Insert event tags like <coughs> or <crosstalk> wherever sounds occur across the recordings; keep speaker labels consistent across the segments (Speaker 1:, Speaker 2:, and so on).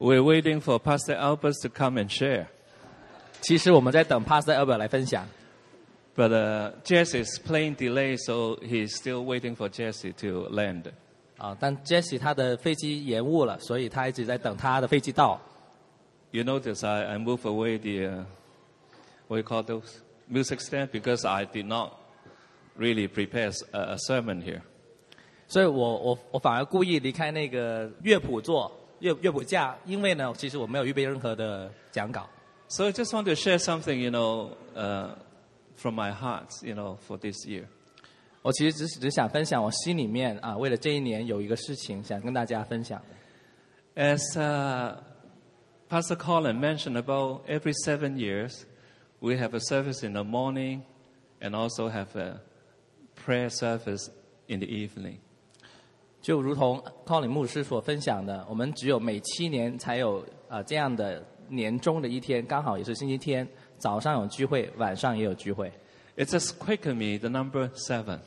Speaker 1: We're waiting for Pastor Albert to come and share.
Speaker 2: 其实我们在等 Pastor Albert 来分享，
Speaker 1: But uh, Jess is playing delay, so he's still waiting for Jesse to land.
Speaker 2: 啊，但 Jesse 他的飞机延误了，所以他一直在等他的飞机到。
Speaker 1: You notice I, I move away the, uh, what do you call those, music stand because I did not really prepare s- a, a sermon here.
Speaker 2: 所以我我我反而故意离开那个乐谱座乐乐谱架，因为呢，其实我没有预备任何的讲稿，
Speaker 1: So I just want to share something, you know, uh, from my heart, you know, for this year.
Speaker 2: 我其实只是只想分享我心里面啊，为了这一年有一个事情想跟大家分享。
Speaker 1: As uh, Pastor Colin mentioned about every seven years, we have a service in the morning and also have a prayer service in the evening.
Speaker 2: 就如同高林牧师所分享的，我们只有每七年才有啊、呃这样的年终的一天，刚好也是星期天，早上有聚会，晚上也有聚会，
Speaker 1: It just quickened me, the number seven.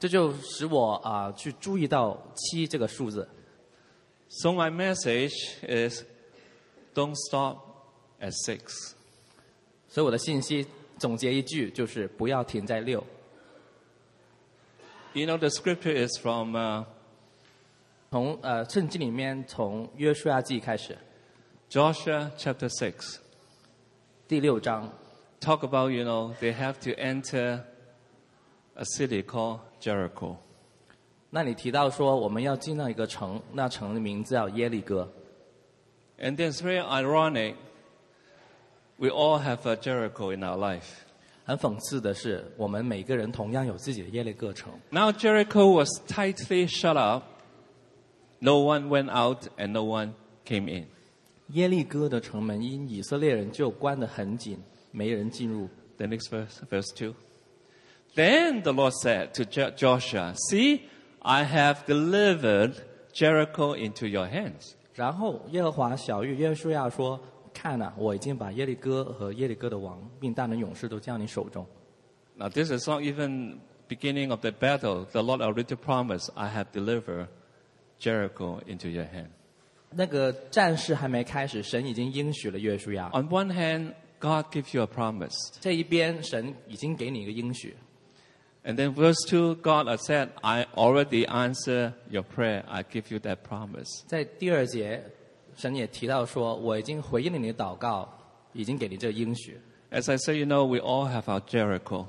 Speaker 2: 这就使我啊、去注意到七这个数字。
Speaker 1: So my message is don't stop at six.
Speaker 2: 所以我的信息总结一句就是不要停在六。
Speaker 1: You know, the scripture is from uh,
Speaker 2: 从呃圣经里面从约书亚记开始
Speaker 1: Joshua chapter six.
Speaker 2: 第六章，
Speaker 1: Talk about, you know, they have to enter a city called Jericho.
Speaker 2: 那里提到说我们要进到一个城，那城的名字叫耶利哥。
Speaker 1: And then it's very ironic. We all have a Jericho in our life.
Speaker 2: 很讽刺的是，我们每个人同样有自己的耶利哥城。
Speaker 1: Now Jericho was tightly shut up. No one went out and no one came in.
Speaker 2: 耶利哥的城门因以色列人就关得很紧，没人进入。
Speaker 1: The next verse, verse 2. Then the Lord said to Jo- Joshua, See, I have delivered Jericho into your hands.
Speaker 2: 然后耶和华小玉耶稣亚说：“看呐、我已经把耶利哥和耶利哥的王，并大能勇士都交你手中。
Speaker 1: Now this is not even beginning of the battle. The Lord already promised, I have delivered Jericho into your hand. ”
Speaker 2: 那个战事还没开始，神已经应许了约书亚。
Speaker 1: On one hand, God gives you a promise.
Speaker 2: 这一边神已经给你一个应许，
Speaker 1: And then verse 2, God said, I already answer your prayer. I give you that promise.
Speaker 2: 在第二节，神也提到说：“我已经回应了你的祷告，已经给你这个应许。
Speaker 1: As I say, you know, we all have our Jericho. ”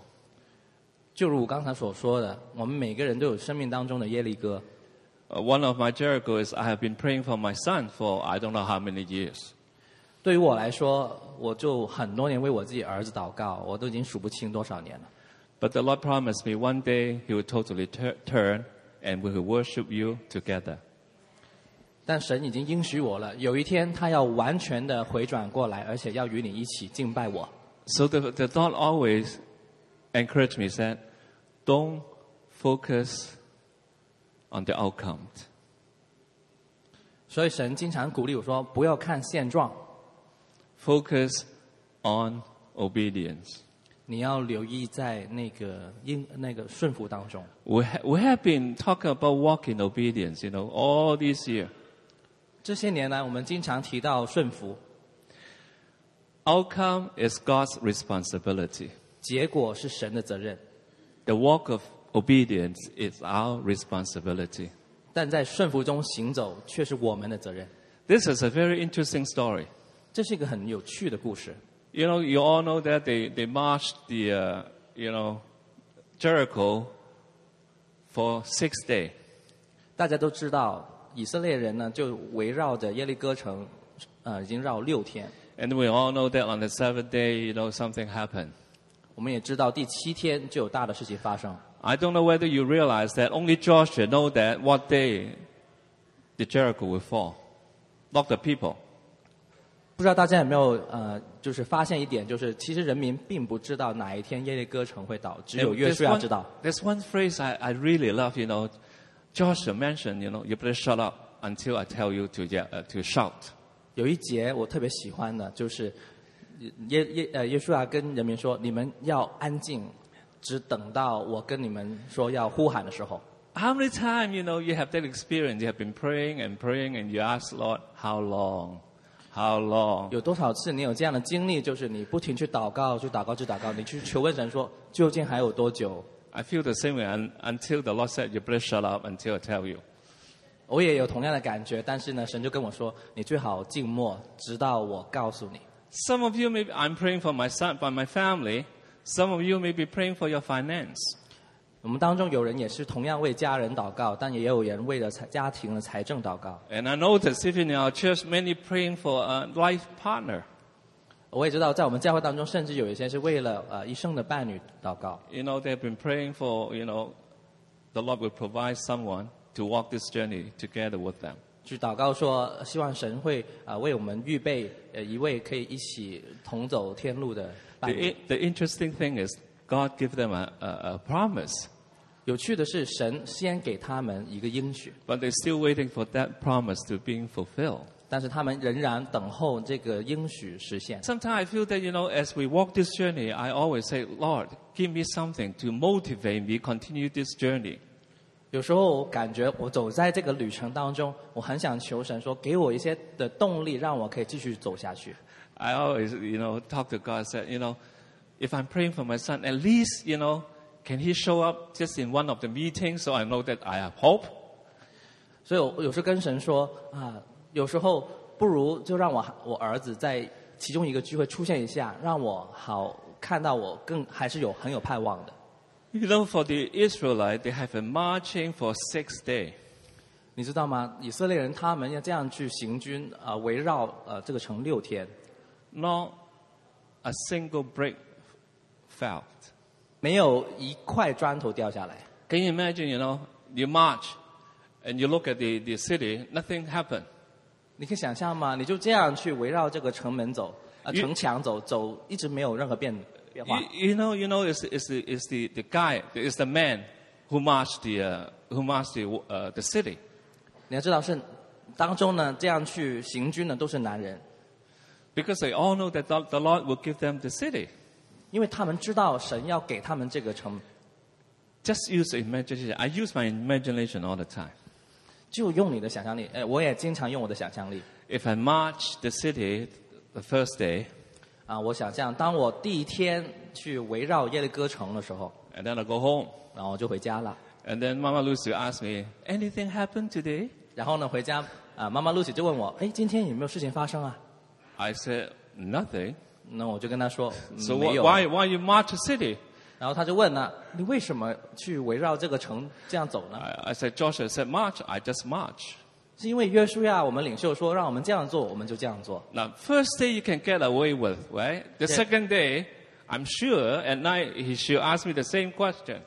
Speaker 2: 就如我刚才所说的，我们每个人都有生命当中的耶利哥。
Speaker 1: Uh, One of my Jericho is I have been praying for my son for I don't know how many years.
Speaker 2: 对于我来说，我就很多年为我自己儿子祷告，我都已经数不清多少年了。
Speaker 1: But the Lord promised me one day he will totally tur- turn and we will worship you together.
Speaker 2: 但神已经应许我了，有一天他要完全的回转过来，而且要与你一起敬拜我。
Speaker 1: So the, the Lord always encouraged me, said, don't focus on the outcome.
Speaker 2: 所以神经常鼓励我说：不要看现状，
Speaker 1: Focus on obedience.
Speaker 2: 你要留意在那个应那个顺服当中。
Speaker 1: We, ha- we have been talking about walking obedience, you know, all this year.
Speaker 2: 这些年来，我们经常提到顺服，
Speaker 1: Outcome is God's responsibility.
Speaker 2: 结果是神的责任，
Speaker 1: The walk of obedience is our responsibility.
Speaker 2: 但在顺服中行走却是我们的责任。
Speaker 1: This is a very interesting story.
Speaker 2: 这是一个很有趣的故事。
Speaker 1: You know, you all know that they, they marched the, uh, you know, Jericho for six days.
Speaker 2: 大家都知道，以色列人呢就围绕着耶利哥城，呃，已经绕六天。
Speaker 1: And we all know that on the seventh day, you know, something happened.
Speaker 2: 我们也知道第七天就有大的事情发生。
Speaker 1: I don't know whether you realize that only Joshua know that what day the Jericho will fall, not the people.
Speaker 2: 不知道大家有没有呃，就是发现一点，就是其实人民并不知道哪一天耶利哥城会倒，只有
Speaker 1: And
Speaker 2: 约
Speaker 1: there's
Speaker 2: 书亚
Speaker 1: 哎 one,
Speaker 2: 知道。
Speaker 1: there's one phrase I, I really love, you know. Joshua mentioned, you know, you better shut up until I tell you to, yell, uh, to shout.
Speaker 2: 有一节我特别喜欢的，就是耶耶呃耶稣亚跟人民说：“你们要安静，只等到我跟你们说要呼喊的时候。
Speaker 1: How many times, you know, you have that experience? You have been praying and praying and you ask, Lord, how long? How long?
Speaker 2: 有多少次你有这样的经历，就是你不停去祷告，去祷告，去祷告，你去求问神说，究竟还有多久？
Speaker 1: I feel the same way un- until the Lord said, You better shut up until I tell you.
Speaker 2: 我也有同样的感觉，但是呢，神就跟我说，你最好静默，直到我告诉你。
Speaker 1: Some of you may be, I'm praying for my son, for my family. Some of you may be praying for your finance.
Speaker 2: 我们当中有人也是同样为家人祷告，但也有人为了财家庭的财政祷告。
Speaker 1: And I notice even in our church, many praying for a life partner.
Speaker 2: 我也知道，在我们教会当中，甚至有一些是为了呃一生的伴侣祷告。
Speaker 1: You know, they've been praying for, you know, the Lord will provide someone to walk this journey together with them.
Speaker 2: 去祷告说，呃希望神会啊、呃为我们预备呃一位可以一起同走天路的伴
Speaker 1: The,
Speaker 2: 侣。
Speaker 1: the interesting thing is, God gave them a, a, a promise,
Speaker 2: 有趣的是，神先给他们一个应许，
Speaker 1: but they're still waiting for that promise to being fulfilled.
Speaker 2: 但是他们仍然等候这个应许实现。
Speaker 1: Sometimes I feel that, you know, as we walk this journey, I always say, Lord, give me something to motivate me continue this journey.
Speaker 2: 有时候我感觉我走在这个旅程当中，我很想求神说，给我一些的动力，让我可以继续走下去。
Speaker 1: I always, you know, talk to God, said, you know, if I'm praying for my son, at least, you know, can he show up just in one of the meetings so I know that I have hope?
Speaker 2: 所以我有时跟神说啊，有时候不如就让我我儿子在其中一个聚会出现一下，让我好看到我更还是有很有盼望的。
Speaker 1: You know, for the Israelite, they have been marching for six days.
Speaker 2: 你知道吗？以色列人他们要这样去行军啊、呃围绕呃这个城六天，
Speaker 1: Not a single brick fell.
Speaker 2: 没有一块砖头掉下来。
Speaker 1: Can you imagine, you know, you march and you look at the, the city, nothing happened.
Speaker 2: 你可以想象吗？你就这样去围绕这个城门走，啊、
Speaker 1: 一
Speaker 2: 城墙走，走一直没有任何变变化
Speaker 1: You,。you know, you know, it's, it's, the, it's the, the guy, it's the man who marched the, uh, who marched the, uh, the city.
Speaker 2: 你要知道是当中呢，这样去行军的都是男人，
Speaker 1: Because they all know that the the Lord will give them the city.
Speaker 2: 因为他们知道神要给他们这个城，
Speaker 1: Just use the imagination. I use my imagination all the time.
Speaker 2: 就用你的想象力。哎，我也经常用我的想象力
Speaker 1: If I march the city the first day,
Speaker 2: 啊、我想象当我第一天去围绕耶利哥城的时候，
Speaker 1: and then I go home,
Speaker 2: 然后我就回家了。
Speaker 1: and then Mama Lucy asks me, anything happened today?
Speaker 2: 然后呢，回家啊、妈妈露西就问我，哎，今天有没有事情发生啊？
Speaker 1: I said, nothing.
Speaker 2: 那我就跟她说、嗯
Speaker 1: So
Speaker 2: 没
Speaker 1: wh-
Speaker 2: 有。
Speaker 1: why, why you march the city?
Speaker 2: 然后她就问了，你为什么去围绕这个城这样走呢？
Speaker 1: I, I said, Joshua said march. I just march.
Speaker 2: 是因为约书亚我们领袖说让我们这样做，我们就这样做。
Speaker 1: Now, first day you can get away with, right? The
Speaker 2: Yeah.
Speaker 1: second day, I'm sure at night he, she'll ask me the same question.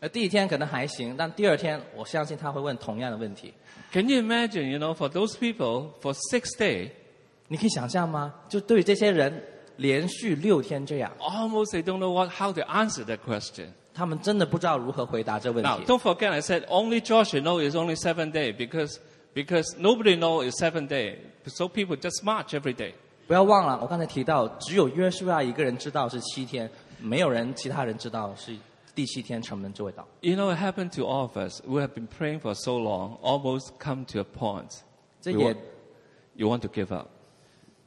Speaker 2: 那第一天可能还行，但第二天我相信他会问同样的问题。
Speaker 1: Can you imagine, you know, for those people, for six days,
Speaker 2: 你可以想象吗？就对于这些人连续六天这样，
Speaker 1: almost they don't know what, how to answer that question.
Speaker 2: 他们真的不知道如何回答这问
Speaker 1: Now,
Speaker 2: 题。
Speaker 1: don't forget, I said only Joshua know it's only seven days because, because nobody know it's seven days. So people just march every day.
Speaker 2: 不要忘了，我刚才提到，只有约书亚一个人知道是七天，没有人其他人知道是第七天城门就会倒。
Speaker 1: You know, it happened to all of us. We have been praying for so long, almost come to a point.
Speaker 2: 这
Speaker 1: We
Speaker 2: 也
Speaker 1: want- you want to give up.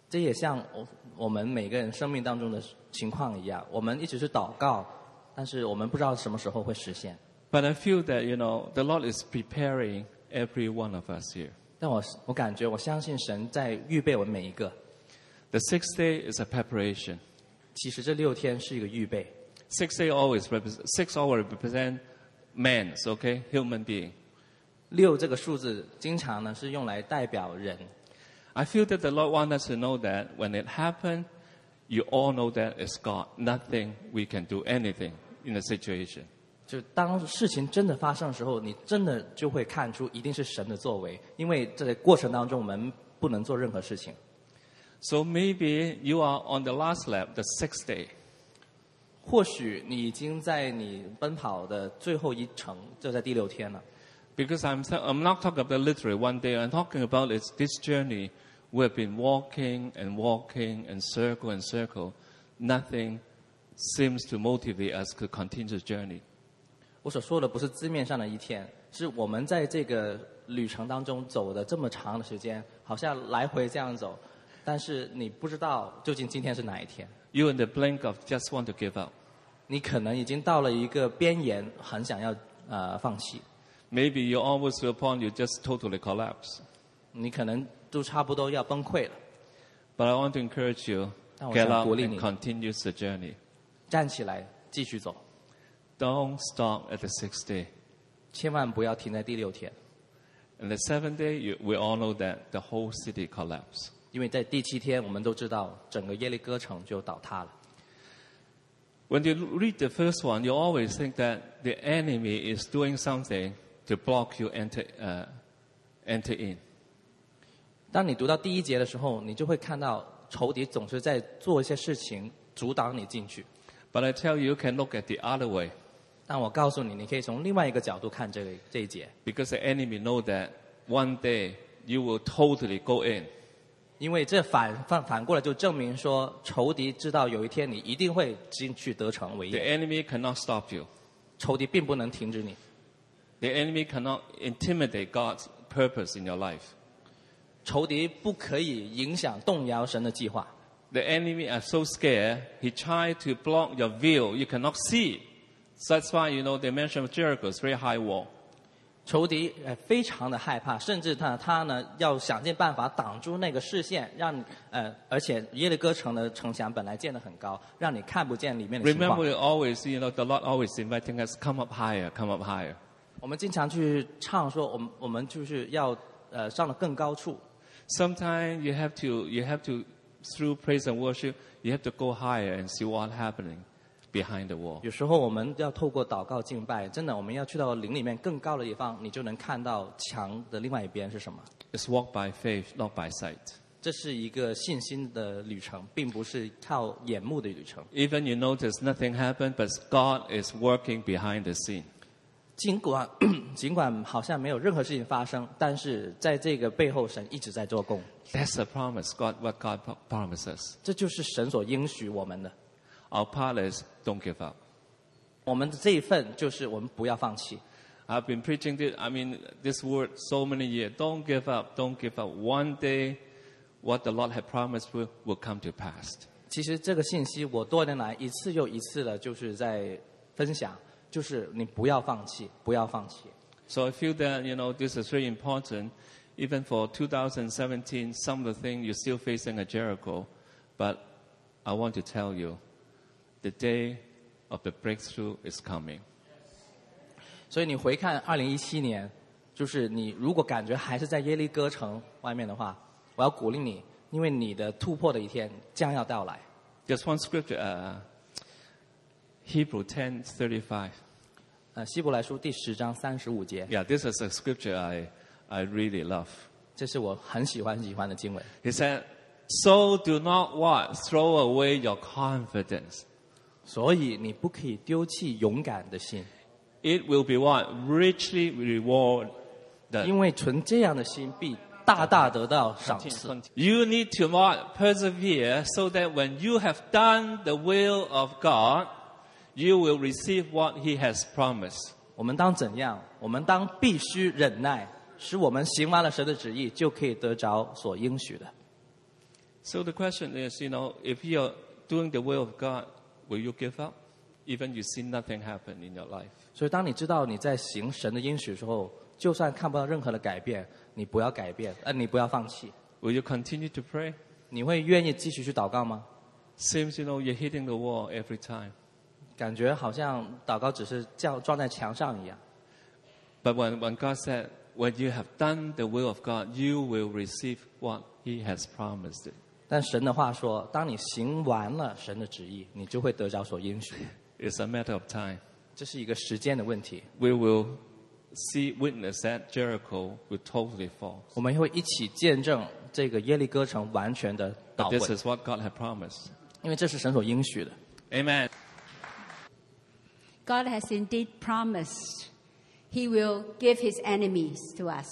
Speaker 2: 这也像我我们每个人生命当中的情况一样，我们一直是祷告，但是我们不知道什么时候会实现。
Speaker 1: But I feel that, you know, the Lord is preparing every one of us here.
Speaker 2: 但我我感觉，我相信神在预备我们每一个。
Speaker 1: The sixth day is a preparation.
Speaker 2: 其实这六天是一个预备，
Speaker 1: Six A always represent six always represent man's okay human being.
Speaker 2: 六这个数字经常呢是用来代表人。
Speaker 1: I feel that the Lord wants us to know that when it happened, you all know that it's God. Nothing we can do anything in the situation.
Speaker 2: 就当事情真的发生的时候，你真的就会看出一定是神的作为，因为这个过程当中我们不能做任何事情。
Speaker 1: So maybe you are on the last lap, the sixth day.
Speaker 2: 或许你已经在你奔跑的最后一程，就在第六天了。
Speaker 1: Because I'm, th- I'm not talking about literally one day. I'm talking about it's this journey we've been walking and walking and circle and circle. Nothing seems to motivate us to continue the journey.
Speaker 2: 我所说的不是字面上的一天，是我们在这个旅程当中走的这么长的时间，好像来回这样走，但是你不知道究竟今天是哪一天，
Speaker 1: You, in the blink of just want to give up.
Speaker 2: 你可能已经到了一个边缘，很想要呃放弃，
Speaker 1: Maybe you almost to a point you just totally collapse.
Speaker 2: 你可能都差不多要崩溃了。
Speaker 1: But I want to encourage you,
Speaker 2: 但我
Speaker 1: get
Speaker 2: 想
Speaker 1: up
Speaker 2: 鼓励
Speaker 1: and
Speaker 2: 你
Speaker 1: continue the journey.
Speaker 2: 站起来，继续走，
Speaker 1: Don't stop at the sixth day.
Speaker 2: 千万不要停在第六天，
Speaker 1: And the seventh day, you, we all know that the whole city collapsed.
Speaker 2: 因为在第七天我们都知道整个耶利哥城就倒塌了。
Speaker 1: When you read the first one, you always think that the enemy is doing something to block you enter, uh, enter in.
Speaker 2: 当你读到第一节的时候，你就会看到仇敌总是在做一些事情阻挡你进去。
Speaker 1: But I tell you, you can look at the other way
Speaker 2: 但我告诉你，你可以从另外一个角度看这个这一节，
Speaker 1: because the enemy know that one day you will totally go in.
Speaker 2: 因为这反反反过来就证明说，仇敌知道有一天你一定会进去得逞为
Speaker 1: The
Speaker 2: 业，
Speaker 1: enemy cannot stop you.
Speaker 2: 仇敌并不能停止你，
Speaker 1: The enemy cannot intimidate God's purpose in your life.
Speaker 2: 仇敌不可以影响动摇神的计划。
Speaker 1: The enemy are so scared, he tried to block your view. You cannot see. So that's why, you know, they mentioned Jericho is very high wall.
Speaker 2: 仇敌呃非常的害怕，甚至他他呢要想尽办法挡住那个视线，让你呃而且耶利哥城的城墙本来建得很高，让你看不见里面的情况。
Speaker 1: Remember, always, you know, the Lord always inviting us, come up higher, come up higher.
Speaker 2: 我们经常去唱说，我们我们就是要呃上了更高处。
Speaker 1: Sometimes you have to, you have to, through praise and worship, you have to go higher and see what's happening behind the wall.
Speaker 2: 有时候我们要透过祷告敬拜，真的我们要去到灵里面更高的地方，你就能看到墙的另外一边是什么。
Speaker 1: It's walk by faith, not by sight.
Speaker 2: 这是一个信心的旅程，并不是靠眼目的旅程。
Speaker 1: Even you notice nothing happened, but God is working behind the scene.
Speaker 2: 尽管 <coughs> 尽管好像没有任何事情发生，但是在这个背后，神一直在做工。
Speaker 1: That's the promise, God, what God pro- promises.
Speaker 2: 这就是神所应许我们的。
Speaker 1: Our part is don't give up.
Speaker 2: 我们的这一份就是我们不要放弃。
Speaker 1: I've been preaching this, I mean, this word so many years. Don't give up, don't give up. One day, what the Lord had promised will, will come to pass.
Speaker 2: 其实这个信息我多年来一次又一次的，就是在分享，就是你不要放弃，不要放弃。
Speaker 1: So I feel that, you know, this is very important. Even for 2017, some of the things you're still facing at Jericho. But I want to tell you, the day of the breakthrough is coming.
Speaker 2: 所以你回看二零一七年，就是你如果感觉还是在耶利哥城外面的话，我要鼓励你，因为你的突破的一天将要到来。
Speaker 1: Just one scripture, uh, Hebrew 10:35.
Speaker 2: 呃，希伯来书第十章三十五节，
Speaker 1: Yeah, this is a scripture I, I really love.
Speaker 2: 这是我很喜欢喜欢的经文。
Speaker 1: He said, "So do not what throw away your confidence.
Speaker 2: 所以你不可以丢弃勇敢的心，
Speaker 1: It will be what richly rewarded."
Speaker 2: 因为存这样的心必大大得到赏赐。
Speaker 1: You need to what? persevere so that when you have done the will of God, you will receive what He has promised.
Speaker 2: 我们当怎样？我们当必须忍耐，使我们行完了神的旨意，就可以得着所应许的。
Speaker 1: So the question is, you know, if you're doing the will of God, will you give up? Even you see nothing happen in your life.
Speaker 2: 所以，当你知道你在行神的应许的时候，就算看不到任何的改变，你不要改变，呃，你不要放弃。
Speaker 1: Will you continue to pray?
Speaker 2: 你会愿意继续去祷告吗？
Speaker 1: Seems, you know, you're hitting the wall every time.
Speaker 2: 感觉好像祷告只是这样撞在墙上一样。
Speaker 1: But when, when God said, when you have done the will of God, you will receive what He has promised.
Speaker 2: 但神的话说，当你行完了神的旨意，你就会得着所应许。
Speaker 1: It's a matter of time.
Speaker 2: 这是一个时间的问题，
Speaker 1: we will see witness that Jericho will totally fall.
Speaker 2: 我们会一起见证这个耶利哥城完全的倒
Speaker 1: Ah, But
Speaker 2: 毁
Speaker 1: this，is what God had promised.
Speaker 2: 因为这是神所应许的。
Speaker 1: Amen.
Speaker 3: God has indeed promised He will give His enemies to us.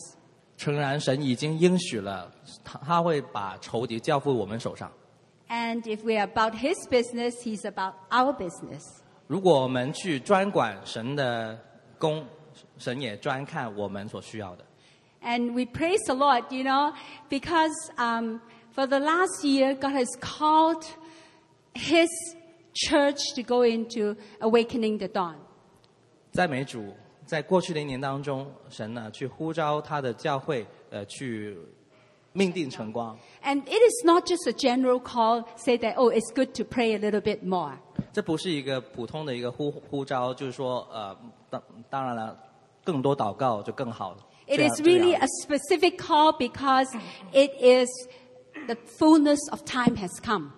Speaker 2: 诚然，神已经应许了，他他会把仇敌交付我们手上。
Speaker 3: And if we are about His business, He's about our business.
Speaker 2: 如果我们去专管神的工，神也专看我们所需要的。
Speaker 3: And we praise the Lord, you know, because um, For the last year, God has called His church to go into awakening the dawn.
Speaker 2: 赞美主，在过去的一年当中，神呢去呼召他的教会，呃，去命定晨光。
Speaker 3: And it is not just a general call, say that, oh, it's good to pray a little bit more.
Speaker 2: 这不是一个普通的一个呼呼召，就是说，呃，当当然了，更多祷告就更好。
Speaker 3: It
Speaker 2: 这样
Speaker 3: is
Speaker 2: 这样
Speaker 3: really a specific call because it is the fullness of time has come.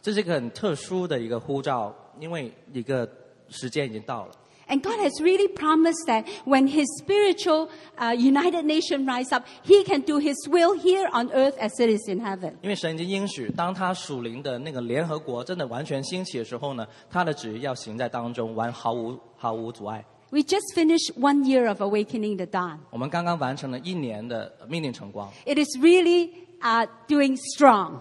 Speaker 2: 这是一个很特殊的一个呼召，因为一个时间已经到了。
Speaker 3: And God has really promised that when His spiritual uh, United Nation rise up, He can do His will here on earth as it is in heaven.
Speaker 2: 因为神已经应许，当他属灵的那个联合国真的完全兴起的时候呢，他的旨意要行在当中，完毫无毫无阻碍。
Speaker 3: We just finished one year of awakening the dawn.
Speaker 2: 我们刚刚完成了一年的命令晨光，
Speaker 3: It is really uh, doing strong.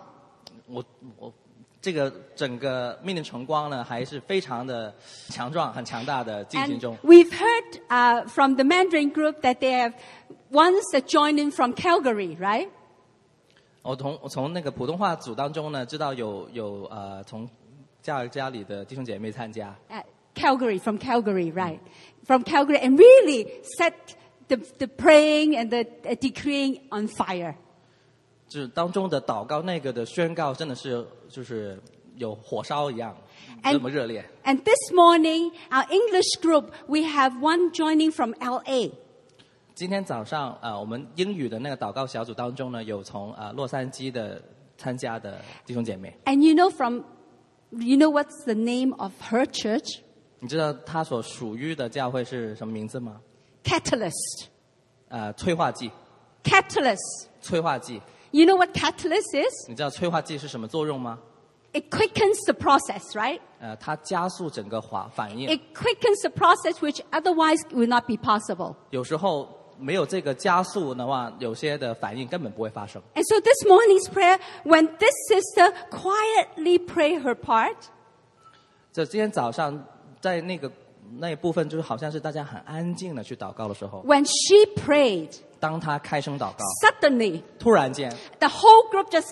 Speaker 2: 我我这个整个命令晨光呢，还是非常的强壮、很强大的进行
Speaker 3: And
Speaker 2: 中。
Speaker 3: we've heard uh, from the Mandarin group that they have ones that joined in from Calgary, right?
Speaker 2: 我从我从那个普通话组当中呢，知道有有呃从家家里的弟兄姐妹参加，
Speaker 3: Uh, Calgary, from Calgary, right? From Calgary, and really set the, the praying and the uh, decreeing on fire.
Speaker 2: 就是当中的祷告那个的宣告，真的是就是有火烧一样，
Speaker 3: And-
Speaker 2: 这么热烈。
Speaker 3: And this morning, our English group, we have one joining from LA.
Speaker 2: 今天早上啊、呃我们英语的那个祷告小组当中呢，有从啊、呃洛杉矶的参加的弟兄姐妹，
Speaker 3: And you know from, you know what's the name of her church?
Speaker 2: 你知道她所属于的教会是什么名字吗？
Speaker 3: Catalyst.
Speaker 2: 呃，催化剂，
Speaker 3: Catalyst.
Speaker 2: 催化剂，
Speaker 3: You know what catalyst is?
Speaker 2: 你知道催化剂是什么作用吗？
Speaker 3: It quickens the process, right?
Speaker 2: 呃，它加速整个反反应，
Speaker 3: It quickens the process which otherwise would not be possible.
Speaker 2: 有时候没有这个加速的话，有些的反应根本不会发生。
Speaker 3: And so this morning's prayer, when this sister quietly pray her part,
Speaker 2: 就今天早上在那个那一部分，就是好像是大家很安静的去祷告的时候，
Speaker 3: when she prayed,
Speaker 2: 当他开声祷告，
Speaker 3: suddenly
Speaker 2: 突然间
Speaker 3: the whole group just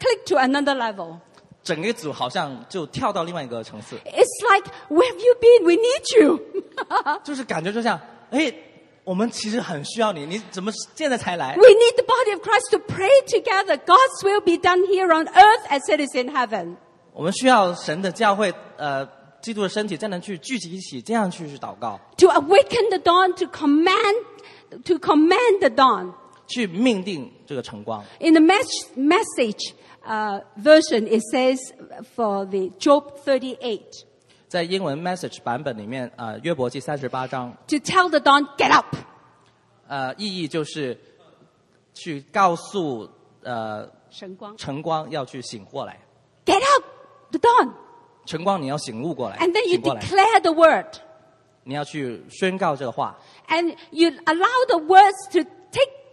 Speaker 3: clicked to another level.
Speaker 2: 整个组好像就跳到另外一个层次，
Speaker 3: It's like, where have you been? We need you. <laughs>
Speaker 2: 就是感觉就像，哎，我们其实很需要你，你怎么现在才来？
Speaker 3: We need the body of Christ to pray together. God's will be done here on earth as it is in heaven.
Speaker 2: 我们需要神的教会，呃，基督的身体才能去聚集一起，这样去去祷告，
Speaker 3: To awaken the dawn, to command, to command the dawn.
Speaker 2: 去命定这个晨光。
Speaker 3: In the mes- message uh, version, it says for the Job 38
Speaker 2: 在英文 message 版本里面，呃，约伯记三十八章，
Speaker 3: to tell the dawn, get up.
Speaker 2: 呃，意义就是去告诉呃晨光要去醒过来，
Speaker 3: Get up, the dawn.
Speaker 2: 晨光你要醒悟过来
Speaker 3: And then，you
Speaker 2: 醒过来，
Speaker 3: declare the word.
Speaker 2: 你要去宣告这个话，
Speaker 3: And you allow the words to take,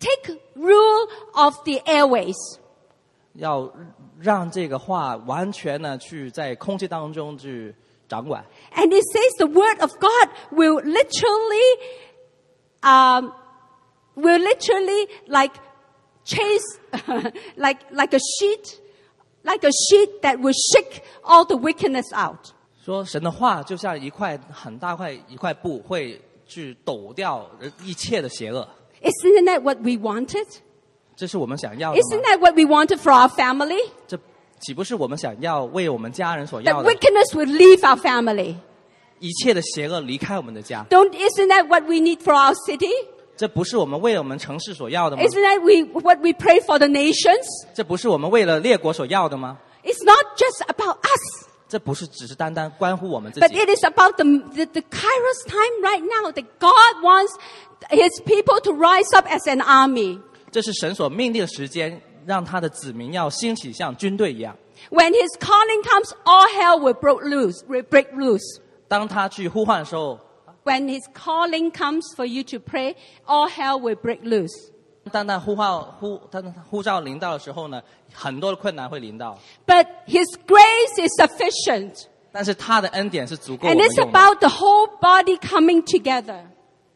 Speaker 3: take rule of the airways.
Speaker 2: 要让这个话完全呢去在空气当中去掌管。
Speaker 3: And it says the word of God will literally, um, will literally like chase, <laughs> like, like a sheet, like a sheet that will shake all the wickedness out.
Speaker 2: 说神的话就像一块很大块一块布，会去抖掉一切的邪恶。
Speaker 3: Isn't that what we wanted?
Speaker 2: 这是我们想要的
Speaker 3: Isn't
Speaker 2: 吗？
Speaker 3: that what we wanted for our family?
Speaker 2: 这岂不是我们想要为我们家人所要
Speaker 3: That
Speaker 2: 的？
Speaker 3: wickedness will leave our family.
Speaker 2: 一切的邪恶离开我们的家，
Speaker 3: Don't, isn't that what we need for our city?
Speaker 2: 这不是我们为我们城市所要的吗？
Speaker 3: Isn't that we, what we pray for the nations?
Speaker 2: 这不是我们为了列国所要的吗？
Speaker 3: It's not just about us.
Speaker 2: 这不是只是单单关乎我们自
Speaker 3: But
Speaker 2: 己，
Speaker 3: it is about the, the, the Kairos time right now that God wants His people to rise up as an army.
Speaker 2: 这是神所命令的时间，让他的子民要兴起，像军队一样。
Speaker 3: When His calling comes, all hell will break loose, will break loose.
Speaker 2: 当他去呼唤的时候，
Speaker 3: When His calling comes for you to pray, all hell will break loose.
Speaker 2: 当他呼唤呼，当他呼召临到的时候呢，很多的困难会临到，
Speaker 3: But His grace is sufficient.
Speaker 2: 但是他的恩典是足够我
Speaker 3: And
Speaker 2: 们
Speaker 3: it's
Speaker 2: 用的。
Speaker 3: about the whole body coming together.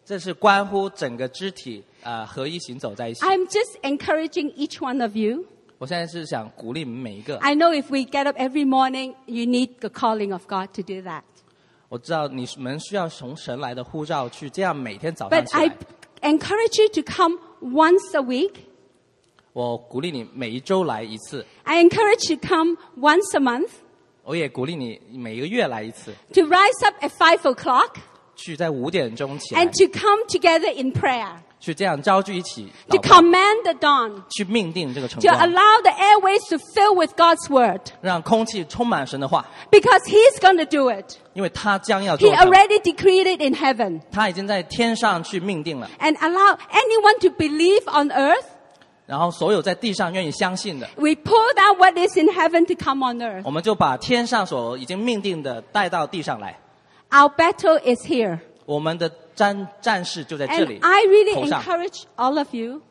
Speaker 2: 这是关乎整个肢体啊、呃合一行走在一起。
Speaker 3: I'm just encouraging each one of you
Speaker 2: 我现在是想鼓励每一个。
Speaker 3: I know if we get up every morning, you need the calling of God to do that.
Speaker 2: 我知道你们需要从神来的护照去这样每天早上
Speaker 3: But
Speaker 2: 起
Speaker 3: I
Speaker 2: 来。
Speaker 3: encourage you to come once a week.
Speaker 2: 我鼓励你每一周来一次，
Speaker 3: I encourage you to come once a month,
Speaker 2: 我也鼓励你每一个月来一次，
Speaker 3: to rise up at five o'clock,
Speaker 2: 去在五点钟起来
Speaker 3: and，to come together in prayer,
Speaker 2: 去这样招聚一起祷
Speaker 3: to
Speaker 2: 告
Speaker 3: command the dawn,
Speaker 2: 去命定这个成
Speaker 3: to
Speaker 2: 光，
Speaker 3: allow the airways to fill with God's word,
Speaker 2: 让空气充满神的话，
Speaker 3: because He's going to do it.
Speaker 2: 因为他将要
Speaker 3: He
Speaker 2: 做成，
Speaker 3: already decreed it in heaven.
Speaker 2: 他已经在天上去命定了。
Speaker 3: And allow anyone to believe on earth.
Speaker 2: 然后所有在地上愿意相信的，
Speaker 3: We pull down what is in heaven to come on earth.
Speaker 2: 我们就把天上所已经命定的带到地上来。
Speaker 3: Our battle is here.
Speaker 2: 我们的战战士就在这
Speaker 3: And
Speaker 2: 里
Speaker 3: I really
Speaker 2: 头上，
Speaker 3: encourage all of you.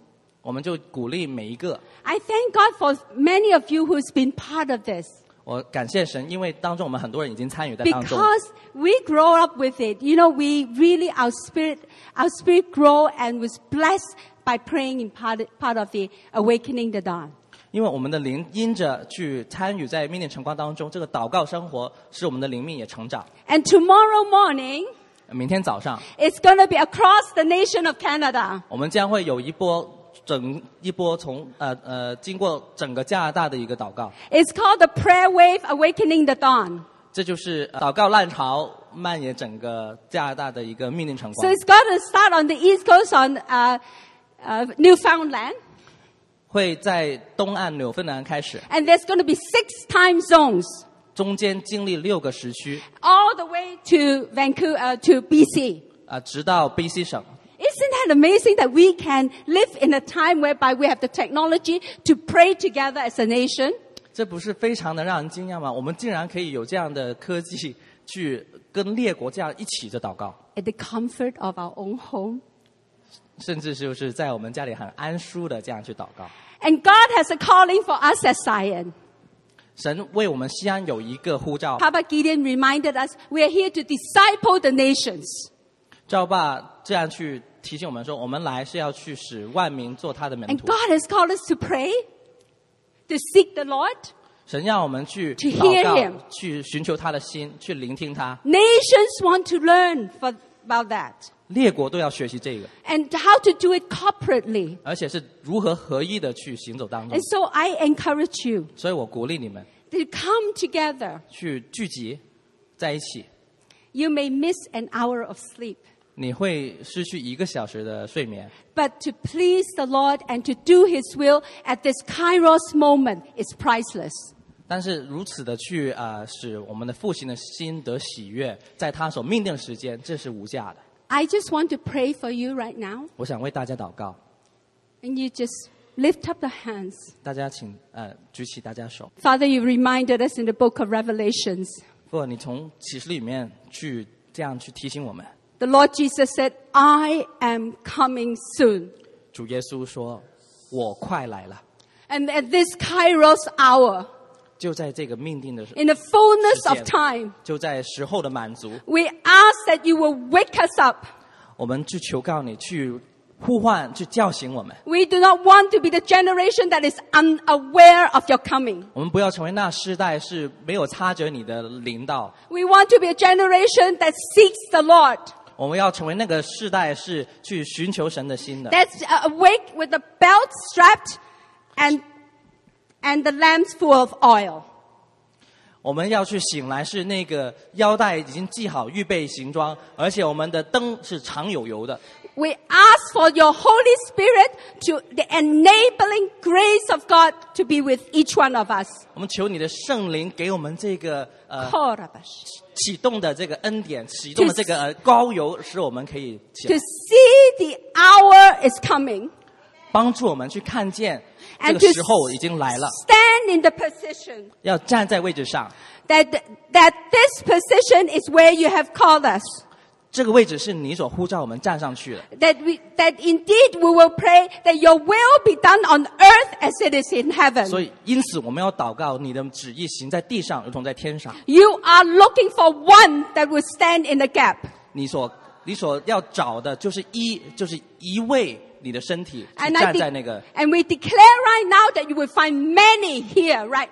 Speaker 2: 我们就鼓励每一个。
Speaker 3: I thank God for many of you who's been part of this
Speaker 2: 我感谢神，因为当中我们很多人已经参与在当中。
Speaker 3: because we grow up with it. You know, we really our spirit, our spirit grow and was blessed by praying in part, part of the awakening the dawn.
Speaker 2: 因为我们的灵因着去参与在命令晨光当中，这个祷告生活使我们的灵命也成长。
Speaker 3: And tomorrow morning,
Speaker 2: 明天早上，
Speaker 3: it's going to be across the nation of Canada.
Speaker 2: 我们将会有一波整一波从呃呃经过整个加拿大的一个祷告，
Speaker 3: It's called the prayer wave awakening the dawn.
Speaker 2: 这就是呃祷告浪潮蔓延整个加拿大的一个命令晨
Speaker 3: So
Speaker 2: 光，
Speaker 3: it's going to start on the east coast on uh, uh, Newfoundland,
Speaker 2: 会在东岸纽芬兰开始，
Speaker 3: and there's going to be six time zones.
Speaker 2: 中间经历六个时区
Speaker 3: all the way to Vancouver, uh, to BC.
Speaker 2: 啊、直到 BC 省。
Speaker 3: Isn't that amazing that we can live in a time whereby we have the technology to pray together as a nation?
Speaker 2: 这不是非常的让人惊讶吗？我们竟然可以有这样的科技去跟列国这样一起的祷告，
Speaker 3: At the comfort of our own home.
Speaker 2: 甚至就是在我们家里很安舒的这样去祷告。
Speaker 3: And God has a calling for us as Zion.
Speaker 2: 神为我们西安有一个呼召，
Speaker 3: Papa Gideon reminded us we are here to disciple the nations.
Speaker 2: 赵爸这样去提醒我们说，我们来是要去使万民做他的门
Speaker 3: And
Speaker 2: 徒。
Speaker 3: God has called us to pray, to seek the Lord.
Speaker 2: 神让我们去
Speaker 3: To
Speaker 2: 祷
Speaker 3: hear him
Speaker 2: 告，去寻求他的心，去聆听他。
Speaker 3: Nations want to learn for, about that
Speaker 2: 列国都要学习这个，
Speaker 3: and how to do it corporately.
Speaker 2: 而且是如何合一的去行走当中
Speaker 3: And。so I encourage you
Speaker 2: 所以我鼓励你们
Speaker 3: to come together
Speaker 2: 去聚集在一起。
Speaker 3: You may miss an hour of sleep,
Speaker 2: 你会失去一个小时的睡眠，
Speaker 3: but to please the Lord and to do His will at this Kairos moment is priceless.
Speaker 2: 但是如此的去啊、呃使我们的父亲的心得喜悦，在他所命定的时间，这是无价的。
Speaker 3: I just want to pray for you right now,
Speaker 2: 我想为大家祷告，
Speaker 3: and you just lift up the hands.
Speaker 2: 大家请呃举起大家手。
Speaker 3: Father, you reminded us in the book of Revelations,
Speaker 2: 不，你从启示里面去这样去提醒我们，
Speaker 3: the Lord Jesus said, I am coming soon.
Speaker 2: 主耶稣说：“我快来了。
Speaker 3: And at this Kairos hour, ”
Speaker 2: 就在这个命定的时，
Speaker 3: in the fullness
Speaker 2: Yeah.
Speaker 3: of time,
Speaker 2: 就在时候的满足，
Speaker 3: we ask that you will wake us up.
Speaker 2: 我们去求告你，去呼唤，去叫醒我们。
Speaker 3: We do not want to be the generation that is unaware of your coming.
Speaker 2: 我们不要成为那世代是没有察觉你的领导，
Speaker 3: We want to be a generation that seeks the Lord,
Speaker 2: 我们要成为那个世代是去寻求神的心的，
Speaker 3: that's uh, awake with the belt strapped and, and the lamps full of oil.
Speaker 2: 我们要去醒来是那个腰带已经系好，预备行装，而且我们的灯是常有油的。
Speaker 3: We ask for your Holy Spirit to the enabling grace of God to be with each one of us.
Speaker 2: 我们求你的圣灵给我们这个呃
Speaker 3: Korabash.
Speaker 2: 启动的这个恩典，启动的这个呃高油，使我们可以起来
Speaker 3: To see the hour is coming
Speaker 2: 帮助我们去看见这
Speaker 3: and
Speaker 2: 个
Speaker 3: to
Speaker 2: 时候已经来了，
Speaker 3: stand in the position
Speaker 2: 要站在位置上。
Speaker 3: that, that this position is where you have called us.
Speaker 2: 这个位置是你所呼召我们站上去的，
Speaker 3: that we that indeed we will pray that your will be done on earth as it is in heaven.
Speaker 2: 所以因此我们要祷告，你的旨意行在地上，如同在天上。
Speaker 3: you are looking for one that will stand in the gap.
Speaker 2: 你所你所要找的就是一，就是一位你的身体去
Speaker 3: And,
Speaker 2: 站
Speaker 3: I de-
Speaker 2: 在那个
Speaker 3: and we declare right now that you will find many here, right?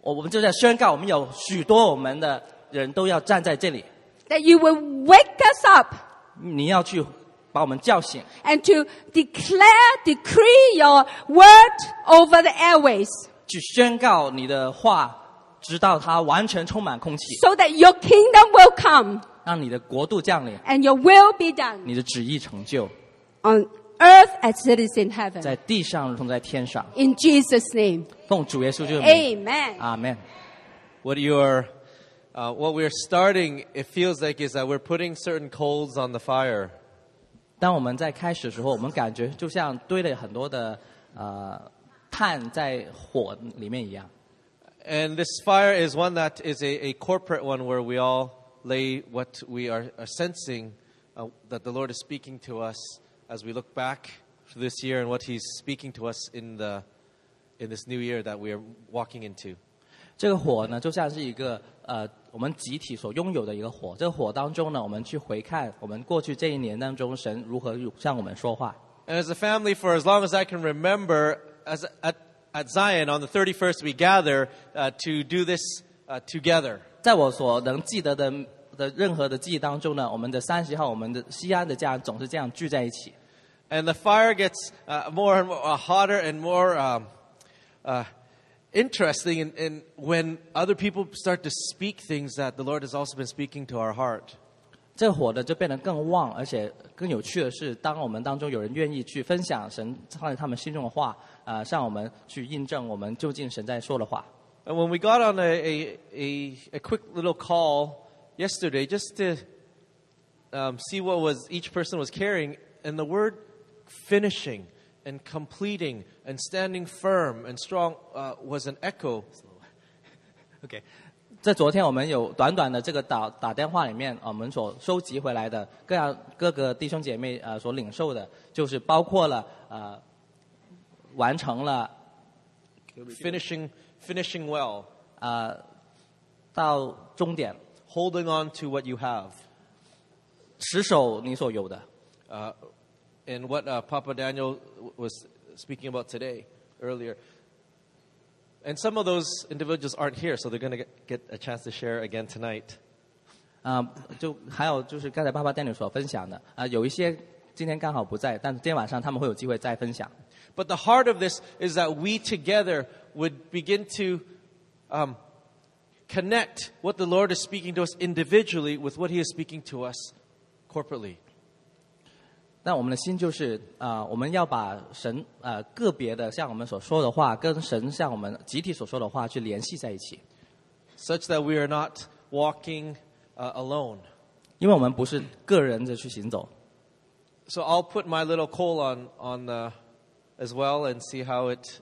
Speaker 2: 我我们就在宣告，我们有许多我们的人都要站在这里，
Speaker 3: That you will wake us up
Speaker 2: 你要去把我们叫醒，
Speaker 3: and to declare, decree your word over the airways
Speaker 2: 去宣告你的话，直到它完全充满空气，
Speaker 3: so that your kingdom will come
Speaker 2: 让你的国度降临，
Speaker 3: and your will be done
Speaker 2: 你的旨意成就，
Speaker 3: on earth as it is in heaven.
Speaker 2: 在地上同在天上。
Speaker 3: In Jesus' name.
Speaker 2: 奉主耶稣之名，
Speaker 3: Amen.
Speaker 2: 阿门。
Speaker 4: What you are, uh, what we're starting, it feels like is that we're putting certain coals on the fire.
Speaker 2: 当我们在开始的时候，我们感觉就像堆了很多的呃炭在火里面一样。
Speaker 4: And this fire is one that is a, a corporate one where we all lay what we are, are sensing uh, that the Lord is speaking to us as we look back to this year and what He's speaking to us in, the, in this new year that we are walking into.
Speaker 2: 这个火呢，就像是一个呃，我们集体所拥有的一个火。这个火当中呢，我们去回看我们过去这一年当中，神如何向我们说话。
Speaker 4: And as a family, for as long as I can remember, as, at, at Zion on the 31st, we gather uh, to do this uh, together.
Speaker 2: 在我所能记得的的任何的记忆当中呢，我们的三十号，我们的西安的家人总是这样聚在一起。
Speaker 4: And the fire gets uh, more and more uh, hotter and more um, uh, interesting and, and when other people start to speak things that the Lord has also been speaking to our heart.
Speaker 2: 这个火呢就变得更旺，而且更有趣的是，当我们当中有人愿意去分享神放在他们心中的话，啊，向我们去印证我们究竟神在说的话。
Speaker 4: And when we got on a, a, a, a quick little call yesterday just to um, see what was each person was carrying, and the word finishing and completing and standing firm and strong uh, was an echo. Okay.
Speaker 2: 在昨天我们有短短的这个打打电话里面，呃我们所收集回来的各样各个弟兄姐妹呃所领受的，就是包括了呃完成了
Speaker 4: Finishing, finishing well,
Speaker 2: 呃到终点，
Speaker 4: holding on to what you have.
Speaker 2: 持守你所有的。
Speaker 4: uh, and what uh, Papa Daniel w- was speaking about today earlier. And some of those individuals aren't here, so they're going to get a chance to share again tonight.
Speaker 2: 啊、就还有就是刚才爸爸带你所分享的啊、有一些今天刚好不在，但是今天晚上他们会有机会再分享。
Speaker 4: But the heart of this is that we together would begin to um, connect what the Lord is speaking to us individually with what He is speaking to us corporately.
Speaker 2: 那我们的心就是啊、我们要把神呃个别的像我们所说的话，跟神像我们集体所说的话去联系在一起，
Speaker 4: Such that we are not walking uh, alone.
Speaker 2: 因为我们不是个人的去行走。
Speaker 4: So I'll put my little coal on on the, as well and see how it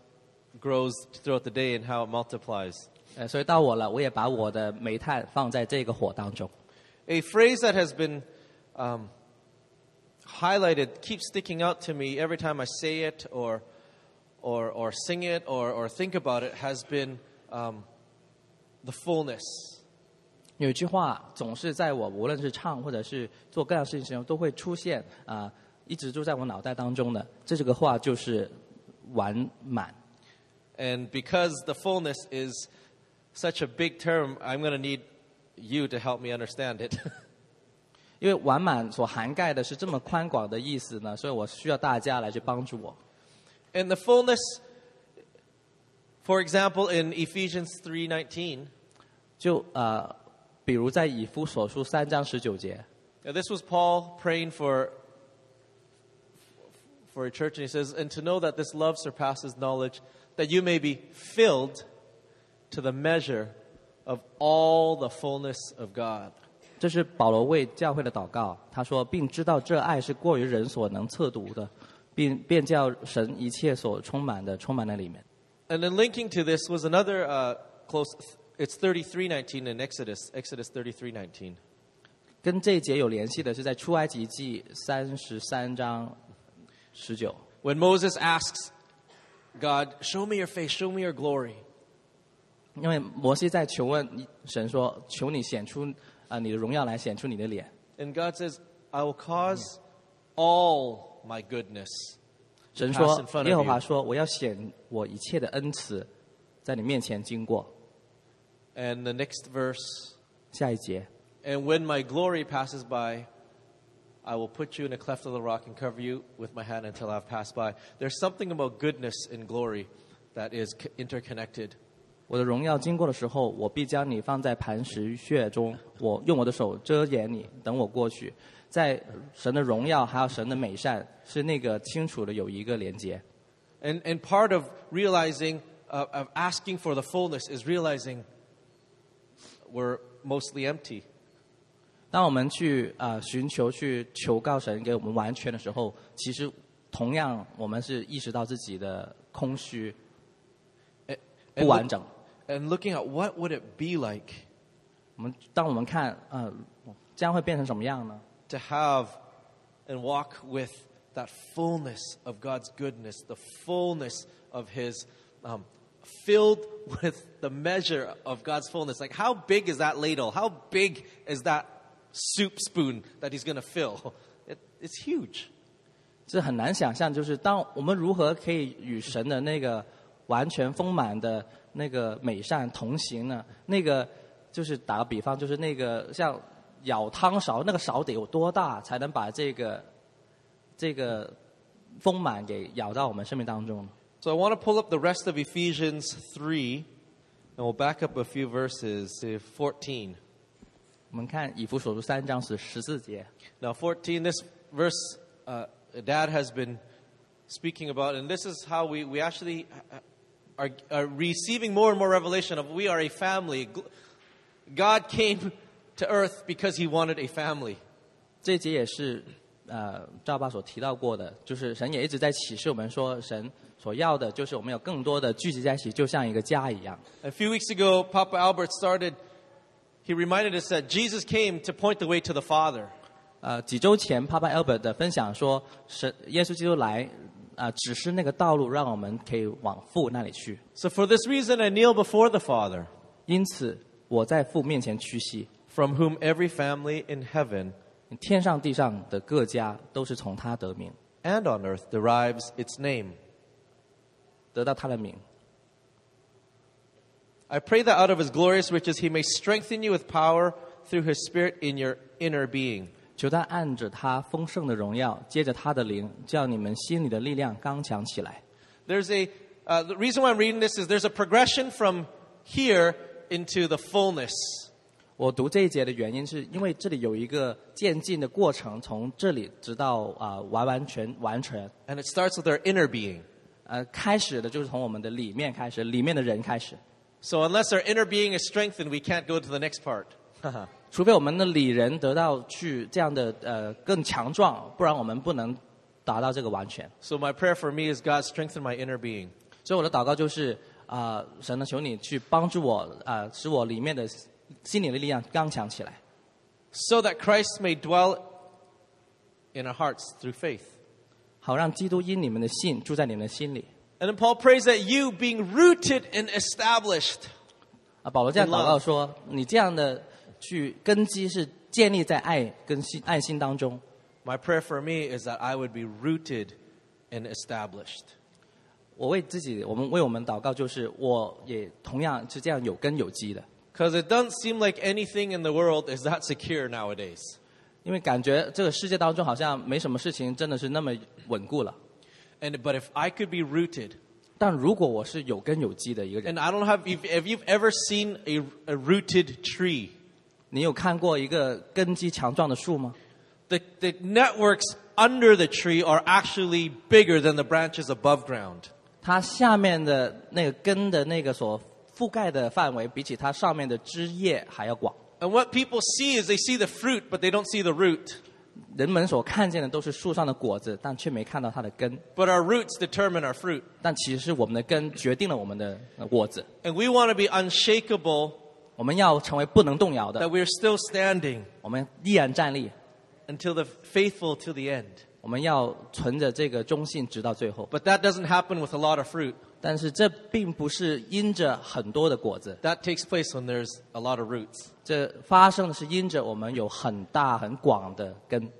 Speaker 4: grows throughout the day and how it multiplies.
Speaker 2: 呃，所以到我了，我也把我的煤炭放在这个火当中。
Speaker 4: A phrase that has been um, highlighted keeps sticking out to me every time I say it or or or sing it or or think about it has been um, the fullness.
Speaker 2: 有一句话总是在我无论是唱或者是做各样事情时候都会出现啊、一直就在我脑袋当中的。这这个话就是完满。
Speaker 4: And because the fullness is such a big term, I'm going to need you to help me understand it. <laughs>
Speaker 2: 因为完满所涵盖的是这么宽广的意思呢，所以我需要大家来去帮助我。
Speaker 4: And the fullness, for example, in Ephesians 3.19,
Speaker 2: 就呃，比如在以夫所书三章十九节，
Speaker 4: now this was Paul praying for, for a church, and he says, And to know that this love surpasses knowledge, that you may be filled to the measure of all the fullness of God.
Speaker 2: 这是保罗为教会的祷告。他说，并知道这爱是过于人所能测度的，并便叫神一切所充满的充满在里面。
Speaker 4: And then linking to this was another uh, close, it's 33.19 in Exodus, Exodus 33.19.
Speaker 2: 跟这一节有联系的是在出埃及记三十三章十九，
Speaker 4: When Moses asks God, show me your face, show me your glory.
Speaker 2: 因为摩西在求问神说：“求你显出啊、呃你的荣耀来，显出你的脸。”
Speaker 4: And God says, I will cause all my goodness.
Speaker 2: 神
Speaker 4: pass
Speaker 2: 说
Speaker 4: in：“ front
Speaker 2: 耶和
Speaker 4: of
Speaker 2: 华
Speaker 4: you.
Speaker 2: 说，我要显我一切的恩慈，在你面前经过。
Speaker 4: And the next verse, ”
Speaker 2: 下一节，
Speaker 4: and when my glory passes by, I will put you in a cleft of the rock and cover you with my hand until I've passed by. There's something about goodness and glory that is c- interconnected.
Speaker 2: 我的荣耀经过的时候，我必将你放在磐石穴中，我用我的手遮掩你，等我过去。在神的荣耀还有神的美善是那个清楚的有一个连接。
Speaker 4: And, and part of realizing, uh, of asking for the fullness, is realizing we're mostly empty.
Speaker 2: 当我们去呃寻求、去求告神给我们完全的时候，其实同样我们是意识到自己的空虚、
Speaker 4: And,
Speaker 2: 不
Speaker 4: and
Speaker 2: 完
Speaker 4: look-
Speaker 2: 整。
Speaker 4: and looking at what would it be like
Speaker 2: 我们当我们看呃将会变成什么样呢？
Speaker 4: to have and walk with that fullness of God's goodness, the fullness of His, um, filled <laughs> with the measure of God's fullness. Like, how big is that ladle? How big is that soup spoon that He's going to fill? <laughs> It, it's huge.
Speaker 2: 这很难想象，就是当我们如何可以与神的那个完全丰满的那个美善同行呢？那个就是打个比方，就是那个像舀汤勺，那个勺得有多大才能把这个这个丰满给舀到我们生命当中呢？
Speaker 4: So I want to pull up the rest of Ephesians 3, and we'll back up a few verses to 14.
Speaker 2: 我们看以弗所书三章十十四节，
Speaker 4: Now, 14, this verse uh, Dad has been speaking about, and this is how we, we actually uh, are, are receiving more and more revelation of we are a family. Gl- God came to earth because he wanted a family.
Speaker 2: 这一节也是呃赵爸所提到过的，就是神也一直在启示我们说，神所要的就是我们有更多的聚集在一起，就像一个家一样。
Speaker 4: A few weeks ago, Papa Albert started, he reminded us that Jesus came to point the way to the Father.
Speaker 2: 呃，几周前 Papa Albert 的分享说，神耶稣基督来，啊、只是那个道路，让我们可以往父那里去。
Speaker 4: So, for this reason, I kneel before the Father,
Speaker 2: 因此，我在父面前屈膝，
Speaker 4: from whom every family in heaven
Speaker 2: 天上地上的各家都是从他得名，
Speaker 4: and on earth derives its name.
Speaker 2: 得到他的名。
Speaker 4: I pray that out of his glorious riches he may strengthen you with power through his spirit in your inner being,
Speaker 2: 求他按着他丰盛的荣耀，接着他的灵，叫你们心里的力量刚强起来。
Speaker 4: There's a uh, the reason why I'm reading this is there's a progression from here into the fullness.
Speaker 2: 我读这一节的原因，是因为这里有一个渐进的过程，从这里直到啊、完完全完全，
Speaker 4: And it starts with our inner being.
Speaker 2: 呃，开始的就是从我们的里面开始，里面的人开始。
Speaker 4: So unless our inner being is strengthened, we can't go to the next part.
Speaker 2: 啊除非我们的里人得到去这样的呃更强壮，不然我们不能达到这个完全。
Speaker 4: So my prayer for me is God strengthen my inner being.
Speaker 2: 所以我的祷告就是啊、神呢，求你去帮助我啊、使我里面的心灵的力量刚强起来，
Speaker 4: So that Christ may dwell in our hearts through faith.
Speaker 2: 好让基督因你们的信住在你们的心里。
Speaker 4: And then Paul prays that you being rooted and established
Speaker 2: 啊，保罗这样祷告说：“你这样的去根基是建立在爱跟心爱心当中。
Speaker 4: My prayer for me is that I would be rooted and established. ”
Speaker 2: 我为自己，我们为我们祷告，就是我也同样是这样有根有基的。
Speaker 4: Because it doesn't seem like anything in the world is that secure nowadays.
Speaker 2: 因为感觉这个世界当中好像没什么事情真的是那么稳固了。
Speaker 4: And, but if I could be rooted,
Speaker 2: 但如果我是有根有基的一个人，
Speaker 4: and I don't have, if, if you've ever seen a, a rooted tree,
Speaker 2: 你有看过一个根基强壮的树吗？
Speaker 4: the, the networks under the tree are actually bigger than the branches above ground.
Speaker 2: 它下面的那个根的那个所覆盖的范围，比起它上面的枝叶还要广。
Speaker 4: And what people see is they see the fruit, but they don't see the root.
Speaker 2: 人们所看见的都是树上的果子，但却没看到它的根。
Speaker 4: But our roots determine our fruit.
Speaker 2: 但其实是我们的根决定了我们的呃果子。
Speaker 4: And we want to be unshakable,
Speaker 2: 我们要成为不能动摇的
Speaker 4: that，we're still standing
Speaker 2: 我们依然站立，
Speaker 4: until the faithful to the end.
Speaker 2: 我们要存着这个忠信直到最后。
Speaker 4: But that doesn't happen with a lot of fruit.
Speaker 2: 但是这并不是因着很多的果子，
Speaker 4: That takes place when there's a lot of roots.
Speaker 2: 这发生的是因着我们有很大很广的根。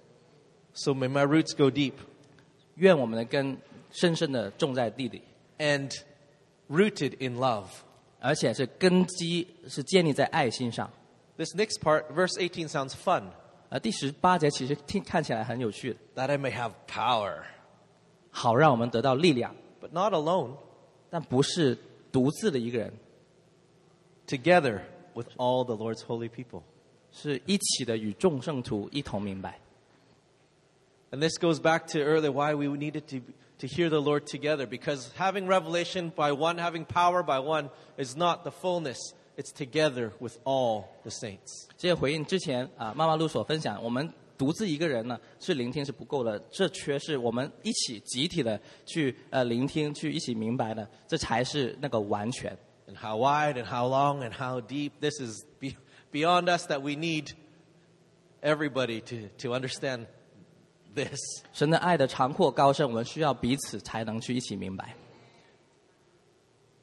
Speaker 4: So may my roots go deep.
Speaker 2: 愿我们的根深深的种在地里，
Speaker 4: and rooted in love.
Speaker 2: 而且是根基是建立在爱心上。
Speaker 4: This next part, verse 18, sounds fun.
Speaker 2: 而第十八节其实听看起来很有趣，
Speaker 4: That I may have power,
Speaker 2: 好让我们得到力量，
Speaker 4: but not alone,
Speaker 2: 但不是独自的一个人，
Speaker 4: together with all the Lord's holy people.
Speaker 2: 是一起的与众圣徒一同明白。
Speaker 4: And this goes back to earlier why we needed to, to hear the Lord together, because having revelation by one, having power by one, is not the fullness. It's together with all the saints.
Speaker 2: 这也回应之前啊，妈妈露所分享，我们独自一个人呢是聆听是不够的，这缺是我们一起集体的去呃聆听，去一起明白的，这才是那个完全。
Speaker 4: And how wide and how long and how deep. This is be, beyond us that we need everybody to, to understand this.
Speaker 2: 神的爱的长阔高深，我们需要彼此才能去一起明白。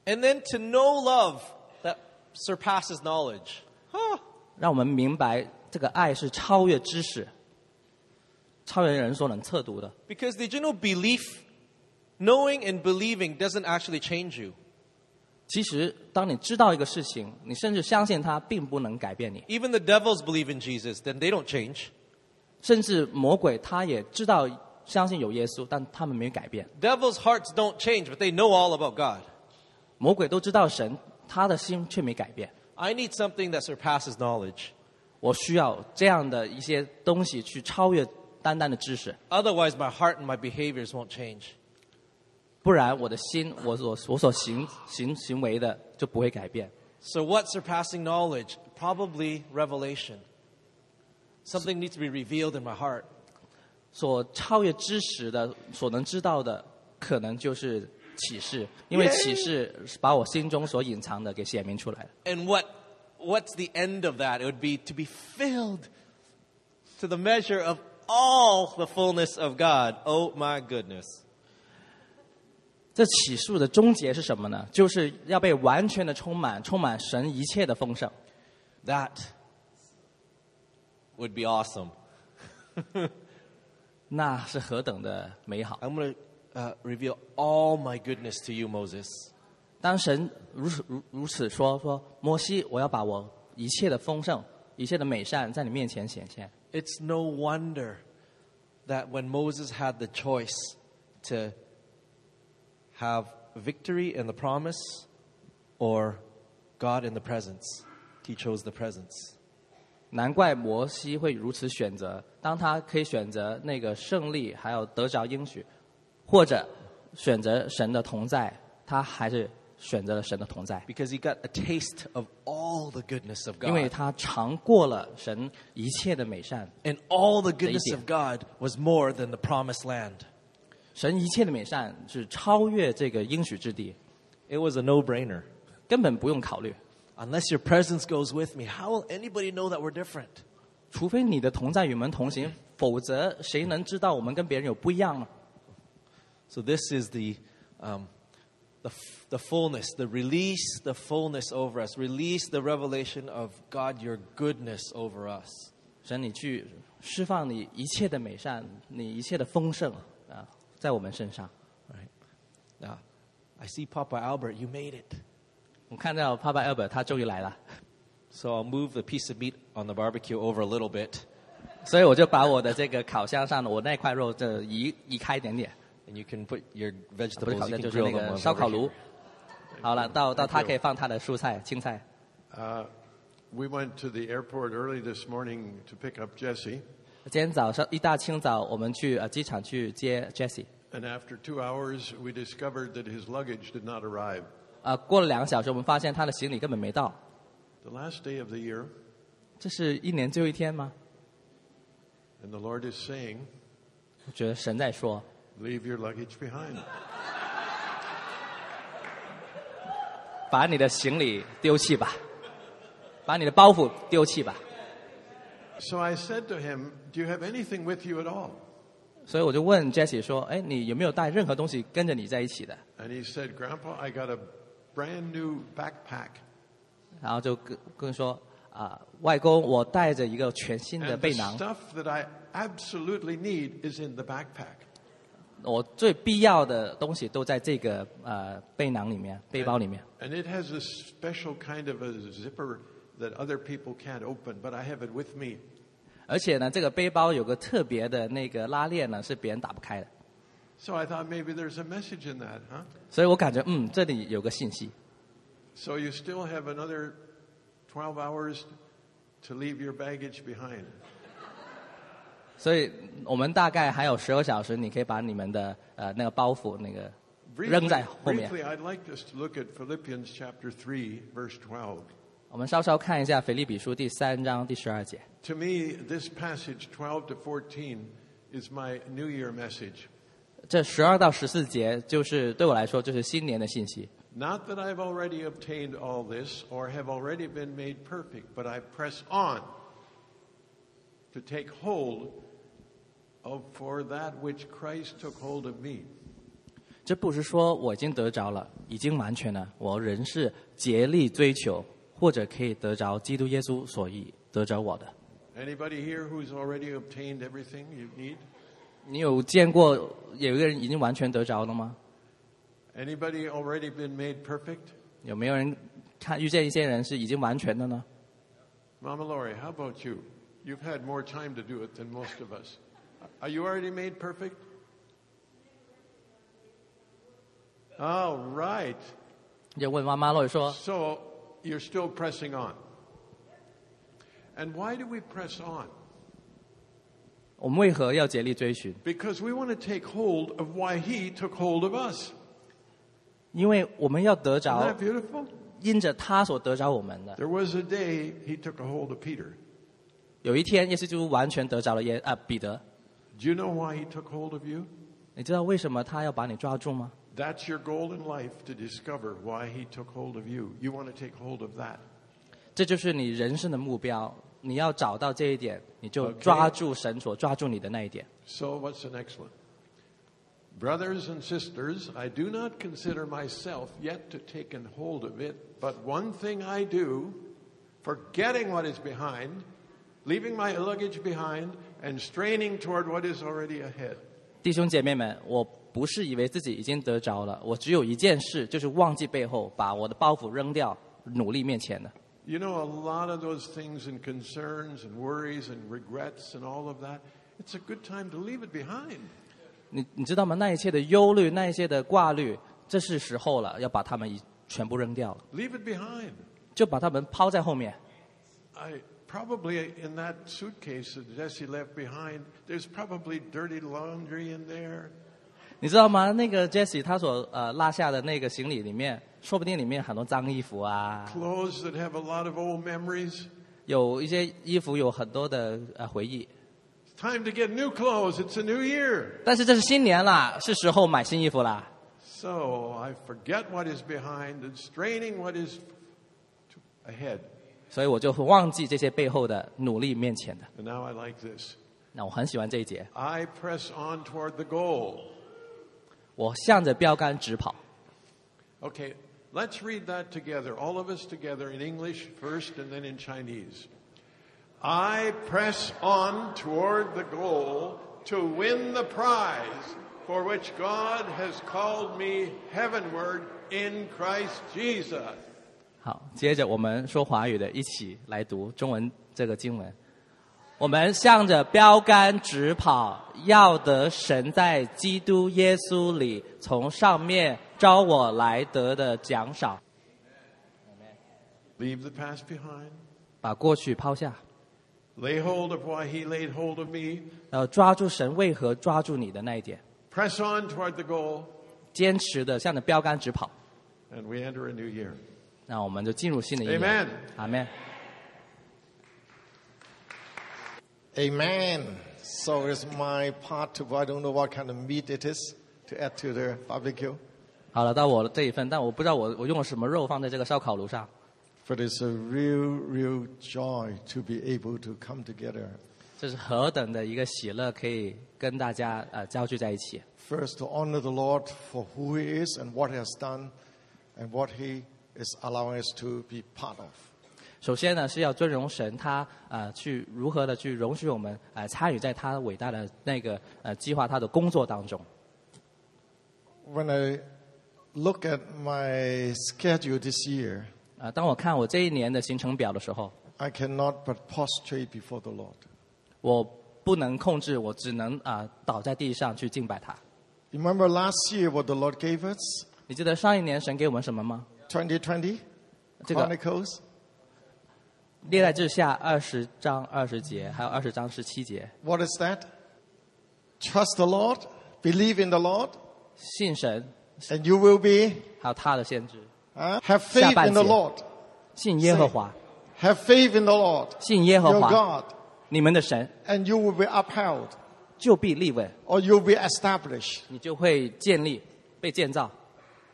Speaker 4: And then to know love that surpasses knowledge. Huh.
Speaker 2: 让我们明白这个爱是超越知识、超越人所能测度的。
Speaker 4: Because did you know belief, knowing and believing doesn't actually change you.
Speaker 2: 其实，当你知道一个事情，你甚至相信它，并不能改变你。
Speaker 4: Even the devils believe in Jesus, then they don't change.
Speaker 2: 甚至魔鬼他也知道相信有耶稣，但他们没有改变。
Speaker 4: Devils' hearts don't change, but they know all about God.
Speaker 2: 魔鬼都知道神，他的心却没改变。
Speaker 4: I need something that surpasses knowledge.
Speaker 2: 我需要这样的一些东西去超越单单的知识，
Speaker 4: Otherwise, my heart and my behaviors won't change.
Speaker 2: 不然我的心，我所我所行行行为的就不会改变。
Speaker 4: So, what surpassing knowledge? Probably revelation. Something needs to be revealed in my heart.
Speaker 2: 所超越知识的，所能知道的，可能就是启示，因为
Speaker 4: Yay！
Speaker 2: 启示是把我心中所隐藏的给显明出来了。
Speaker 4: And what, what's the end of that? It would be to be filled to the measure of all the fullness of God. Oh my goodness.
Speaker 2: 这启示的终结是什么呢？就是要被完全的充满，充满神一切的丰盛。
Speaker 4: That would be awesome.
Speaker 2: 那是何等的美好！
Speaker 4: I'm going to uh, reveal all my goodness to you, Moses.
Speaker 2: 当神如此如如此说说摩西，我要把我一切的丰盛、一切的美善在你面前显现。
Speaker 4: It's no wonder that when Moses had the choice to have victory in the promise or God in the presence, he chose the presence.
Speaker 2: 难怪摩西会如此选择，当他可以选择那个胜利，还有得着应许，或者选择神的同在，他还是选择了神的同在，
Speaker 4: Because he got a taste of all the goodness of
Speaker 2: 因为
Speaker 4: God.
Speaker 2: 他尝过了神一切的美善，
Speaker 4: And all the goodness
Speaker 2: They did.
Speaker 4: of God was more than the promised land.
Speaker 2: 神一切的美善是超越这个应许之地，
Speaker 4: It was a no brainer.
Speaker 2: 根本不用考虑，
Speaker 4: Unless your presence goes with me, how will anybody know that we're different?
Speaker 2: 除非你的同在与我们同行，否则谁能知道我们跟别人有不一样呢？
Speaker 4: So this is the, um, the, f- the fullness, the release, the fullness over us. Release the revelation of God, your goodness over us.
Speaker 2: 神，你去释放你一切的美善，你一切的丰盛啊，在我们身上。
Speaker 4: All Right now, I see Papa Albert. You made it.
Speaker 2: 我看到帕帕 Albert 他终于来了， <laughs>
Speaker 4: So I'll move the piece of meat on the barbecue over a little bit,
Speaker 2: 所以我就把我的这个烤箱上的我那块肉这移移开一点点，
Speaker 4: and you can put your
Speaker 2: 啊不是
Speaker 4: vegetables.
Speaker 2: 烤
Speaker 4: You
Speaker 2: 箱
Speaker 4: can
Speaker 2: 就是那
Speaker 4: grill them
Speaker 2: 个
Speaker 4: over
Speaker 2: 烧烤
Speaker 4: here.
Speaker 2: 炉。好了，到到他可以放他的蔬菜青菜。
Speaker 5: We went to the airport early this morning to pick up Jesse,
Speaker 2: 今天早上一大清早，我们去呃机场去接 Jesse，
Speaker 5: and after two hours, we discovered that his luggage did not arrive.
Speaker 2: 啊、过了两个小时，我们发现他的行李根本没到。
Speaker 5: The last day of the year,
Speaker 2: 这是一年最后一天吗？
Speaker 5: and the Lord is saying,
Speaker 2: 我觉得神在说，
Speaker 5: Leave your luggage behind.
Speaker 2: 把你的行李丢弃吧，把你的包袱丢弃吧。
Speaker 5: So I said to him, Do you have anything with you at all?
Speaker 2: 所以我就问 Jesse 说，哎，你有没有带任何东西跟着你在一起的？
Speaker 5: And he said, Grandpa, I got a brand new backpack
Speaker 2: 然后就跟跟说啊、外公，我带着一个全新的
Speaker 5: And
Speaker 2: 背
Speaker 5: the
Speaker 2: 囊，
Speaker 5: stuff that I absolutely need is in the backpack.
Speaker 2: 我最必要的东西都在这个呃背囊里面、背包里面。
Speaker 5: And it has this special kind of a zipper that other people can't open, but I have it with me.
Speaker 2: 而且呢，这个背包有个特别的那个拉链呢，是别人打不开的。
Speaker 5: So I thought maybe there's a message in that, huh?
Speaker 2: 所以我感觉，嗯，这里有个信息。
Speaker 5: So you still have another 12 hours to leave your baggage behind.
Speaker 2: 所以我们大概还有十个小时，你可以把你们的呃那个包袱那个扔
Speaker 5: Briefly,
Speaker 2: 在后面。
Speaker 5: briefly, I'd like us to look at Philippians chapter 3, verse 12.
Speaker 2: 我们稍稍看一下《腓立比书》第三章第十二节。
Speaker 5: To me, this passage 12 to 14 is my New Year message.
Speaker 2: 这十二到十四节，就是对我来说就是新年的信息。
Speaker 5: Not that I've already obtained all this or have already been made perfect, but I press on to take hold of for that which Christ took hold of me.
Speaker 2: 这不是说我已经得着了，已经完全了，我仍是竭力追求，或者可以得着基督耶稣所以得着我的。
Speaker 5: Anybody here who's already obtained everything you need?
Speaker 2: 你有见过有一个人已经完全得着了吗？
Speaker 5: Anybody already been made perfect?
Speaker 2: 有没有人看遇见一些人是已经完全的呢？
Speaker 5: Mama Lori, how about you? You've had more time to do it than most of us. Are you already made perfect? All right.
Speaker 2: 就问妈妈洛说
Speaker 5: So you're still pressing on. And why do we press on?：“
Speaker 2: 我们为何要竭力追寻？
Speaker 5: Because we want to take hold of why he took hold of us.
Speaker 2: 因为我们要得
Speaker 5: Isn't
Speaker 2: 着
Speaker 5: that，beautiful?
Speaker 2: 因着他所得着我们的。
Speaker 5: There was a day he took a hold of Peter.
Speaker 2: 有一天，耶稣基督完全得着了耶啊彼得。
Speaker 5: Do you know why he took hold of you?
Speaker 2: 你知道为什么他要把你抓住吗？
Speaker 5: That's your goal in life to discover why he took hold of you. You want to take hold of that.
Speaker 2: 这就是你人生的目标。你要找到这一点，你就抓住神所抓住你的那一点。
Speaker 5: So, what's the next one? Brothers and sisters, I do not consider myself yet to taken hold of it, but one thing I do, forgetting what is behind, leaving my luggage behind, and straining toward what is already ahead.
Speaker 2: 弟兄姐妹们，我不是以为自己已经得着了，我只有一件事，就是忘记背后，把我的包袱扔掉，努力面前的。
Speaker 5: You know, a lot of those things and concerns and worries and regrets and all of that, it's a good time to leave it behind.
Speaker 2: 你你知道吗？那一切的忧虑，那一切的挂虑，这是时候了，要把它们一全部扔掉了，
Speaker 5: Leave it behind.
Speaker 2: 就把它们抛在后面。
Speaker 5: I probably in that suitcase that Jesse left behind, there's probably dirty laundry in there.
Speaker 2: 你知道吗？那个 Jesse 他所呃落下的那个行李里面，说不定里面很多脏衣服啊，
Speaker 5: clothes that have a lot of old memories.
Speaker 2: 有一些衣服有很多的呃回忆。
Speaker 5: It's time to get new clothes. It's a new year.
Speaker 2: 但是这是新年啦，是时候买新衣服啦。
Speaker 5: So I forget what is behind and straining what is to- ahead.
Speaker 2: 所以我就忘记这些背后的努力面前的。
Speaker 5: And now I like this.
Speaker 2: 那我很喜欢这一节，
Speaker 5: I press on toward the goal.
Speaker 2: 我向着标杆直跑。
Speaker 5: Okay, let's read that together, all of us together in English first and then in Chinese. I press on toward the goal to win the prize for which God has called me heavenward in Christ Jesus.
Speaker 2: 好，接着我们说华语的，一起来读中文这个经文。我们向着标杆直跑，要得神在基督耶稣里从上面招我来得的奖赏。
Speaker 5: Leave the past behind.
Speaker 2: 把过去抛下，
Speaker 5: Lay hold of why he laid hold of me.
Speaker 2: 呃，抓住神为何抓住你的那一点，
Speaker 5: Press on toward the goal,
Speaker 2: 坚持的向着标杆直跑。
Speaker 5: and we enter a new year.
Speaker 2: 那我们就进入新的一年
Speaker 5: Amen。
Speaker 2: 阿门。
Speaker 6: Amen. So it's my part to go. I don't know what kind of meat it is to add to the barbecue,
Speaker 2: 好了，到我这一份，但我不知道我我用了什么肉放在这个烧烤炉上。
Speaker 6: but it's a real, real joy to be able to come together.
Speaker 2: 这是何等的一个喜乐，可以跟大家呃交聚在一起。
Speaker 6: First, to honor the Lord for who He is and what He has done and what He is allowing us to be part of.
Speaker 2: 首先呢，是要尊荣神，他呃去如何的去容许我们呃参与在他伟大的那个呃计划他的工作当中。
Speaker 6: When I look at my schedule this year,
Speaker 2: 啊，当我看我这一年的行程表的时候，
Speaker 6: I cannot but prostrate before the Lord.
Speaker 2: 我不能控制，我只能啊、倒在地上去敬拜他。
Speaker 6: Remember last year what the Lord gave us?
Speaker 2: 你记得上一年神给我们什么吗？
Speaker 6: 2020?
Speaker 2: 这个
Speaker 6: Chronicles?
Speaker 2: 历代志下二十章二十节，还有二十章十七节，
Speaker 6: What is that? Trust the Lord, believe in the Lord,
Speaker 2: 信神
Speaker 6: and you will be.
Speaker 2: 还有他的先知，
Speaker 6: huh? have faith
Speaker 2: 下
Speaker 6: in the
Speaker 2: 半节。
Speaker 6: Lord.
Speaker 2: 信耶和华，
Speaker 6: Have faith in the Lord,
Speaker 2: 信耶和
Speaker 6: your
Speaker 2: 华，
Speaker 6: God,
Speaker 2: 你们的神
Speaker 6: and you will be upheld,
Speaker 2: 就必立稳，
Speaker 6: or you'll be established.
Speaker 2: 你就会建立被建造。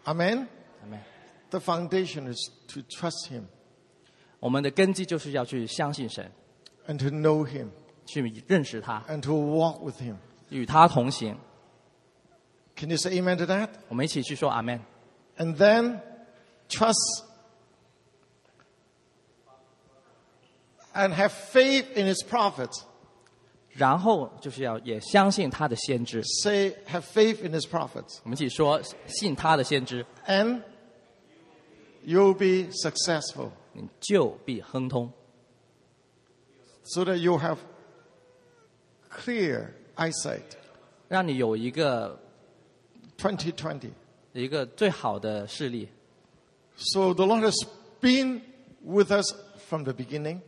Speaker 6: Amen.
Speaker 2: 阿门。
Speaker 6: The foundation is to trust Him
Speaker 2: 我们的根基就是要去相信神，
Speaker 6: and to know Him
Speaker 2: 去认识他，
Speaker 6: and to walk with Him.
Speaker 2: 与他同行。
Speaker 6: Can you say amen to that?
Speaker 2: 我们一起去说阿门。
Speaker 6: And then trust and have faith in His prophets.
Speaker 2: 然后就是要也相信他的先知。
Speaker 6: Say, have faith in His prophets.
Speaker 2: 我们一起说信他的先知，
Speaker 6: And you'll be successful
Speaker 2: 你就必亨通。
Speaker 6: so that you have clear eyesight.
Speaker 2: 让你有一个
Speaker 6: 2020.
Speaker 2: 一个最好的视力。
Speaker 6: So the Lord has been with us from the beginning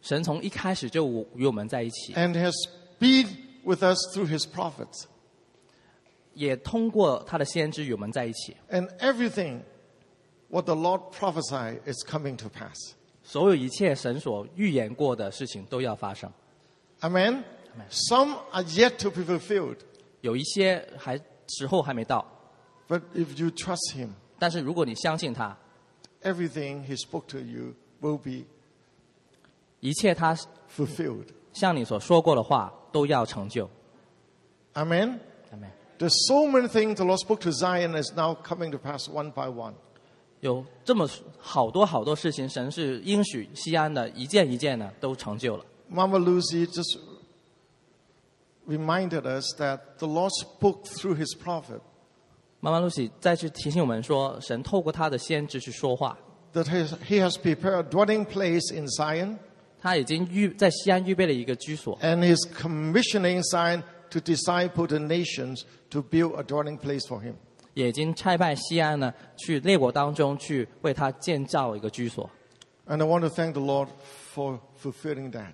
Speaker 2: 神从一开始就与我们在一起，
Speaker 6: and has been with us through his prophets.
Speaker 2: 也通过他的先知与我们在一起。
Speaker 6: And everything what the Lord prophesied is coming to pass.
Speaker 2: 所有一切神所预言过的事情都要发生，
Speaker 6: Amen? Some are yet to be fulfilled,
Speaker 2: 有一些还时候还没到。
Speaker 6: but if you trust him,
Speaker 2: 但是如果你相信他，
Speaker 6: everything he spoke to you will be
Speaker 2: 一切他
Speaker 6: fulfilled.
Speaker 2: 向你所说过的话都要成就。
Speaker 6: Amen?
Speaker 2: Amen
Speaker 6: There's so many things the Lord spoke to Zion is now coming to pass one by one.
Speaker 2: 有这么好多好多事情，神是应许西安的一件一件的都成就了。
Speaker 6: Mama Lucy just reminded us that the Lord spoke through his prophet
Speaker 2: 妈妈露西再去提醒我们说，神透过他的先知去说话，
Speaker 6: that he has- he has prepared a dwelling place in Zion
Speaker 2: 他已经预在西安预备了一个居所，
Speaker 6: and is commissioning Zion to disciple the nations to build a dwelling place for him.
Speaker 2: 也已经差派西安呢去列国当中去为他建造一个居所。
Speaker 6: And I want to thank the Lord for fulfilling that.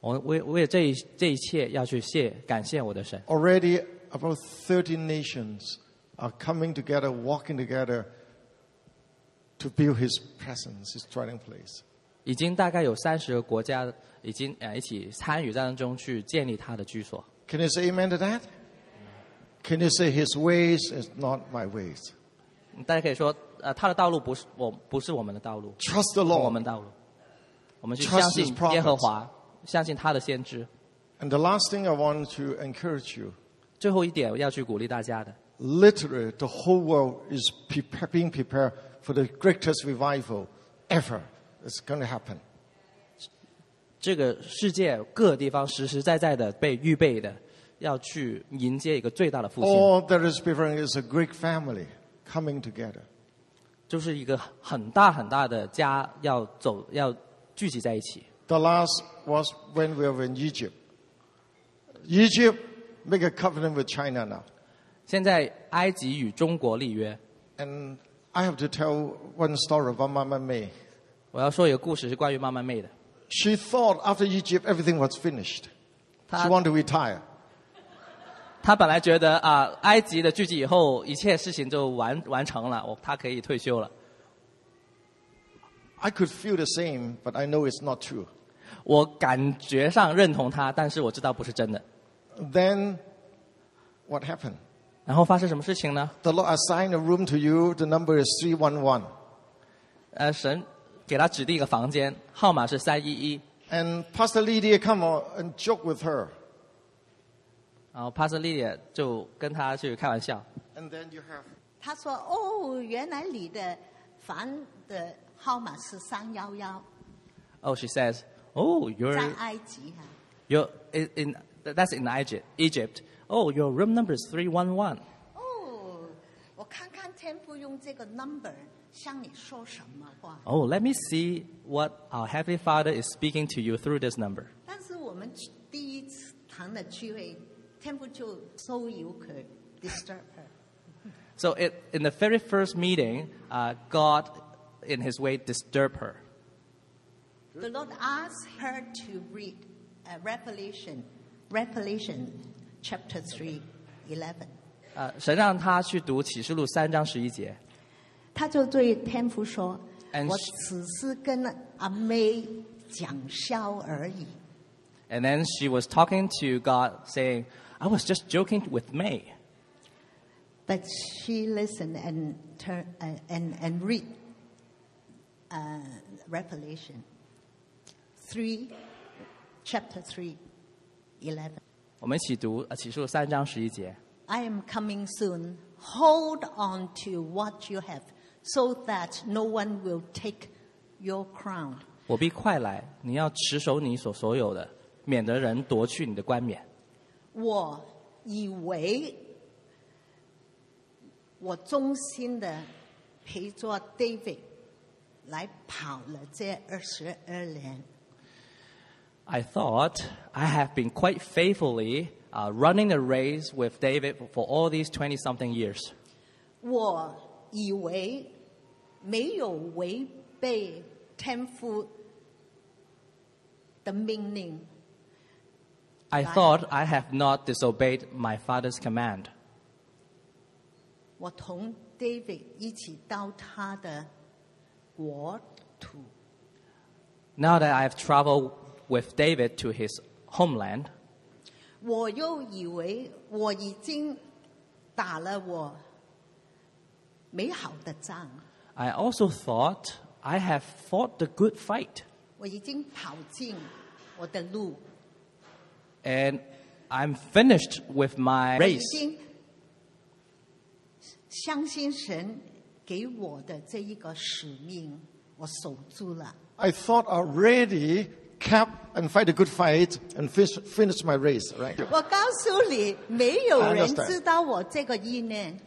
Speaker 2: 我为为这一这一切要去谢感谢我的神。
Speaker 6: Already about 30 nations are coming together, walking together to build his presence, his dwelling place.
Speaker 2: 已经大概有三十个国家已经呃一起参与当中去建立他的居所。
Speaker 6: Can you say amen to that? Can you say his ways is not my ways?
Speaker 2: 大家可以说，呃，他的道路不是我不是我们的道路，
Speaker 6: Trust the
Speaker 2: 我
Speaker 6: Lord.
Speaker 2: 们道路。我们去
Speaker 6: Trust
Speaker 2: 相信
Speaker 6: his prophets.
Speaker 2: 耶和华，相信他的先知。
Speaker 6: And the last thing I want to encourage you
Speaker 2: 最后一点我要去鼓励大家的，
Speaker 6: literally, the whole world is prepar- being prepared for the greatest revival ever. It's going to happen.
Speaker 2: 这个世界各地方实实在在的被预备的，要去迎接一个最大的复兴，
Speaker 6: All that is preparing is a great family coming together.
Speaker 2: 就是一个很大很大的家要走要聚集在一起。
Speaker 6: The last was when we were in Egypt. Egypt make a covenant with China now.
Speaker 2: 现在埃及与中国立约，
Speaker 6: And I have to tell one story about Mama May.
Speaker 2: 我要说一个故事是关于妈妈妹的。
Speaker 6: She thought after Egypt everything was finished. She
Speaker 2: 她
Speaker 6: wanted to retire.
Speaker 2: 她本来觉得啊、埃及的聚集以后一切事情就完完成了，我她可以退休了。
Speaker 6: I could feel the same, but I know it's not true.
Speaker 2: 我感觉上认同她，但是我知道不是真的。
Speaker 6: Then what happened?
Speaker 2: 然后发生什么事情呢？
Speaker 6: The Lord assigned a room to you. The number is 311.
Speaker 2: 呃，神给她指定一个房间，号码是三一一。
Speaker 6: And Pastor Lydia come o- and joke with her.
Speaker 2: 然后帕斯利也就跟她去开玩笑，
Speaker 6: And then you have
Speaker 7: 他说：“哦，原来你的房的号码是三幺幺，
Speaker 2: Oh, she says, Oh,
Speaker 7: 在
Speaker 2: you're
Speaker 7: 埃及哈、啊。
Speaker 2: you're in, in that's in Egypt. Egypt. Oh, your room number is three one one.
Speaker 7: 哦，看看天父用这个 number 向你说什么话。
Speaker 2: Oh, let me see what our Heavenly Father is speaking to you through this number.
Speaker 7: 但是我们去第一次堂的聚会，天父就 so you could disturb her。
Speaker 2: So it, in the very first meeting, uh, God, in His way, disturbed her.
Speaker 7: The Lord asked her to read uh, Revelation, Revelation chapter 3, 11.
Speaker 2: 呃，Uh, 神让她去读启示录三章十一节。
Speaker 7: 他就对天父说：“
Speaker 2: And
Speaker 7: 我
Speaker 2: she-
Speaker 7: 只是跟阿妹讲笑而已。
Speaker 2: And then she was talking to God, saying, I was just joking with May.
Speaker 7: But she listened and turn uh, and and read uh, Revelation three, chapter three, eleven.
Speaker 2: 我们一起读呃启示录三章十一节。
Speaker 7: I am coming soon. Hold on to what you have, so that no one will take your crown.
Speaker 2: 我必快来，你要持守你所所有的，免得人夺去你的冠冕。
Speaker 7: 我以为我忠心的陪着 David 来跑了这二十二年，
Speaker 2: I thought I have been quite faithfully uh, running the race with David for all these 20 something years.
Speaker 7: 我以为没有违背天父的命令，
Speaker 2: I thought I have not disobeyed my father's command.
Speaker 7: 我同 David 一起到他的国土，
Speaker 2: Now that I have traveled with David to his homeland,
Speaker 7: 我又以为我已经打了我美好的仗。
Speaker 2: I also thought I have fought the good fight
Speaker 7: 我已经跑进我的路，
Speaker 2: and I'm finished with my
Speaker 7: 我已
Speaker 2: race.
Speaker 7: 经相信神给我的这一个使命，我守住了。
Speaker 6: I thought already cap and fight a good fight and finish, finish my race, right?
Speaker 7: 我告诉你，没有
Speaker 6: I
Speaker 7: 人
Speaker 6: understand.
Speaker 7: 知道我这个意念，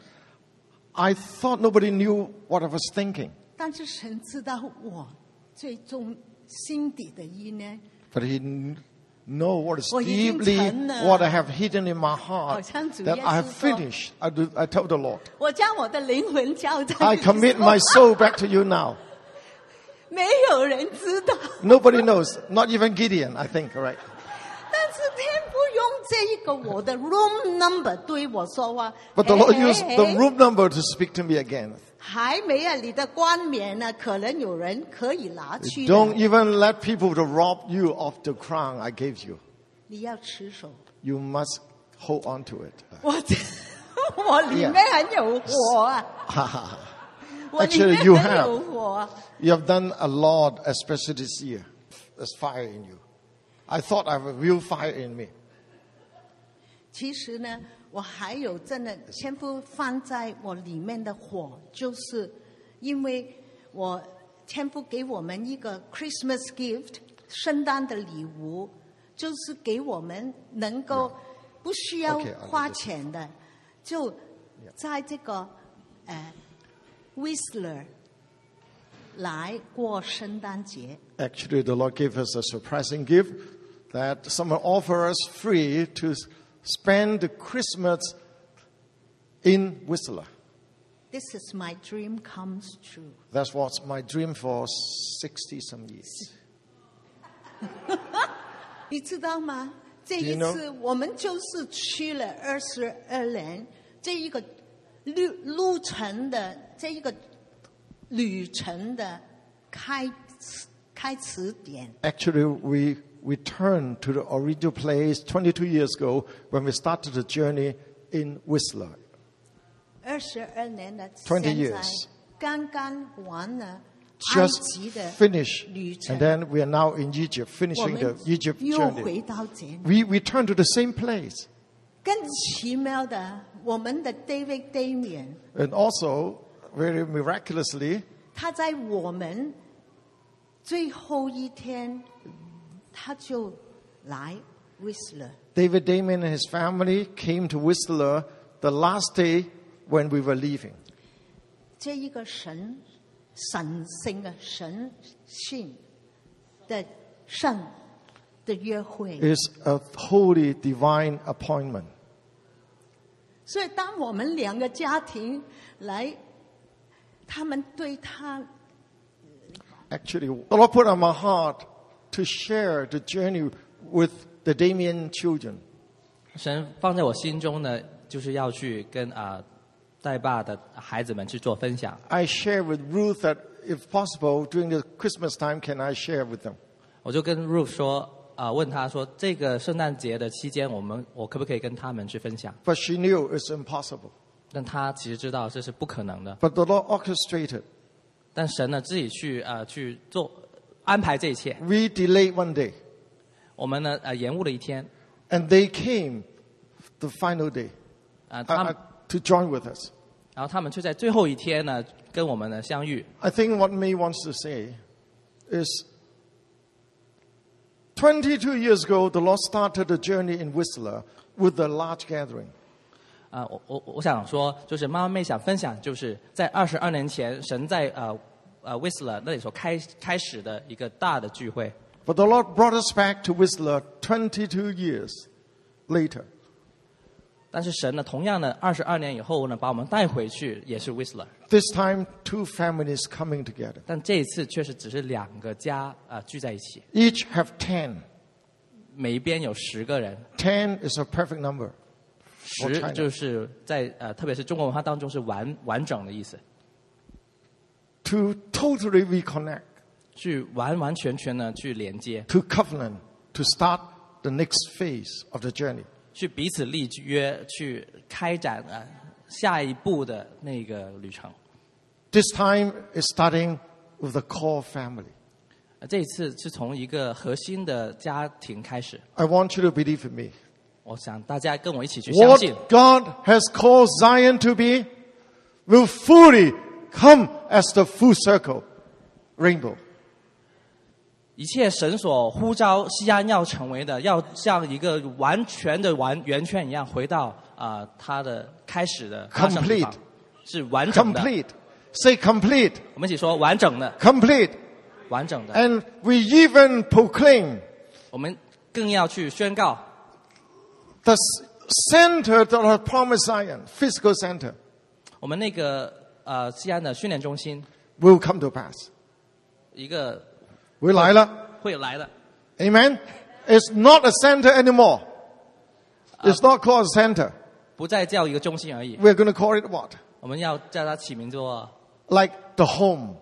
Speaker 6: I thought nobody knew what I was thinking,
Speaker 7: 但是神知道我最终心底的意念，
Speaker 6: but he kn- know what is
Speaker 7: 我已经
Speaker 6: deeply
Speaker 7: 成了。
Speaker 6: what I have hidden in my heart
Speaker 7: 好像主耶稣
Speaker 6: that I have
Speaker 7: 说。
Speaker 6: finished. I, do, I told the Lord,
Speaker 7: 我将我的灵魂交在
Speaker 6: I
Speaker 7: 你手
Speaker 6: commit my soul back to you now.
Speaker 7: 没有人知道，
Speaker 6: Nobody knows, not even Gideon, I think, all right?
Speaker 7: 但是天不用这一个我的 room number 对我说话。
Speaker 6: But the Lord
Speaker 7: 嘿嘿
Speaker 6: used
Speaker 7: 嘿
Speaker 6: the room number to speak to me again.
Speaker 7: 还没啊，你的冠冕呢？可能有人可以拿去
Speaker 6: Don't
Speaker 7: 的，
Speaker 6: even let people to rob you of the crown I gave you.
Speaker 7: 你要持守。
Speaker 6: You must hold on to it.
Speaker 7: 我 <laughs> 我里面很有火啊，我里
Speaker 6: Actually, you
Speaker 7: 面
Speaker 6: have.
Speaker 7: 很有火啊。
Speaker 6: <laughs> You have done a lot, especially this year. There's fire in you. I thought I have a real fire in me.
Speaker 7: 其实呢，我还有真的天父放在我里面的火，就是因为我天父给我们一个 Christmas gift 圣诞的礼物，就是给我们能够不需要
Speaker 6: Okay, I understand.
Speaker 7: 花钱的，就在这个呃 Whistler 来过圣诞节。
Speaker 6: Actually, the Lord gave us a surprising gift that someone offers us free to s- spend the Christmas in Whistler.
Speaker 7: This is my dream comes true.
Speaker 6: That was my dream for 60 some years.
Speaker 7: 你知道吗？这
Speaker 6: Do you
Speaker 7: 一
Speaker 6: know?
Speaker 7: 次我们就是去了二十二年这一个路路程的这一个旅程的开始开始点。
Speaker 6: Actually, we returned to the original place 22 years ago when we started the journey in Whistler.
Speaker 7: 二十二年的现
Speaker 6: 20
Speaker 7: 在
Speaker 6: years
Speaker 7: 刚刚完了埃
Speaker 6: Just
Speaker 7: 及的
Speaker 6: finish,
Speaker 7: 旅
Speaker 6: and
Speaker 7: 程，
Speaker 6: then we are now in Egypt,
Speaker 7: 我
Speaker 6: finishing
Speaker 7: 们
Speaker 6: the Egypt
Speaker 7: 又回
Speaker 6: journey.
Speaker 7: 到这里。
Speaker 6: We return to the same place.
Speaker 7: 更奇妙的，我们的 David Damian，
Speaker 6: And also, very miraculously,
Speaker 7: 他在我们最后一天，他就来 Whistler。
Speaker 6: David Damon and his family came to Whistler the last day when we were leaving.
Speaker 7: 这一个神神圣的神性的圣的约会。
Speaker 6: is a holy divine appointment.
Speaker 7: 所以，当我们两个家庭来，他们对他
Speaker 6: Actually, the Lord put on my heart to share the journey with the Damien children.
Speaker 2: 神放在我心中呢，就是要去跟啊、带爸的孩子们去做分享。
Speaker 6: I share with Ruth that if possible during the Christmas time, can I share with them?
Speaker 2: 我就跟 Ruth 说啊、问他说这个圣诞节的期间，我们我可不可以跟他们去分享？
Speaker 6: But she knew it's impossible.
Speaker 2: 但他其实知道这是不可能的，
Speaker 6: But the Lord orchestrated.
Speaker 2: 但神呢自己去啊、去做安排这一切。
Speaker 6: We delayed one day,
Speaker 2: 我们呢呃延误了一天
Speaker 6: and they came the final day
Speaker 2: 啊、
Speaker 6: uh,
Speaker 2: 他们
Speaker 6: uh, to join with us.
Speaker 2: 然后他们却在最后一天呢跟我们呢相遇。
Speaker 6: I think what May wants to say is 22 years ago, the Lord started a journey in Whistler with a large gathering.
Speaker 2: 啊、我我我想说，就是妈妈妹想分享，就是在二十二年前，神在呃呃 Whistler 那里所开开始的一个大的聚会。
Speaker 6: But the Lord brought us back to Whistler 22 years later.
Speaker 2: 但是神呢，同样的二十二年以后呢，把我们带回去也是 Whistler，
Speaker 6: This time, two families coming together.
Speaker 2: 但这一次却是只是两个家啊、呃聚在一起，
Speaker 6: Each have 10.
Speaker 2: 每一边有十个人，
Speaker 6: 10 is a perfect number. 我
Speaker 2: 十
Speaker 6: 看了
Speaker 2: 就是在呃特别是中国文化当中是完完整的意思，
Speaker 6: To totally reconnect,
Speaker 2: 去完完全全的去连接，
Speaker 6: to covenant, to start the next phase of the journey.
Speaker 2: 去彼此立约，去开展啊、呃下一步的那个旅程。
Speaker 6: This time is starting with the core family.
Speaker 2: 呃这一次是从一个核心的家庭开始，
Speaker 6: I want you to believe in me.
Speaker 2: 我想大家跟我一起去相信，
Speaker 6: What God has called Zion to be will fully come as the full circle rainbow.
Speaker 2: 一切神所呼召西安要成为的，要像一个完全的完圆圈一样，回到啊、呃它的开始的发生地方
Speaker 6: Complete
Speaker 2: 是完整的。
Speaker 6: Complete. Say complete.
Speaker 2: 我们一起说完整的，
Speaker 6: Complete.
Speaker 2: 完整的。
Speaker 6: And we even proclaim
Speaker 2: 我们更要去宣告
Speaker 6: the s- center that I promised Zion, physical center,
Speaker 2: 我们那个呃西安的训练中心
Speaker 6: will come to pass.
Speaker 2: 一个
Speaker 6: Will Isla?
Speaker 2: 会来的，
Speaker 6: Amen. It's not a center anymore. It's not called a center.
Speaker 2: 不再叫一个中心而已，
Speaker 6: We're going to call it what?
Speaker 2: 我们要叫它起名做
Speaker 6: Like the home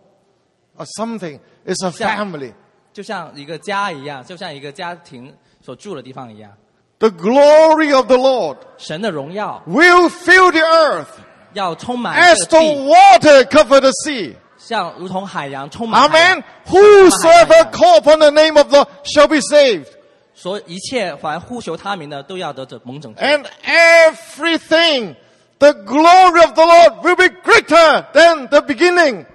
Speaker 6: or something. It's a
Speaker 2: Yeah.
Speaker 6: family.
Speaker 2: 就像一个家一样，就像一个家庭所住的地方一样。
Speaker 6: The glory of the Lord
Speaker 2: 神的荣耀
Speaker 6: will fill the earth
Speaker 2: 要充满这
Speaker 6: as
Speaker 2: 个
Speaker 6: the
Speaker 2: 地，
Speaker 6: water cover the sea.
Speaker 2: 像如同海洋充满海洋。
Speaker 6: Amen. Whosoever call upon the name of the Lord shall be saved.
Speaker 2: 所以一切凡呼求他名的，都要得着蒙拯救。
Speaker 6: And everything, the glory of the Lord will be greater than the beginning.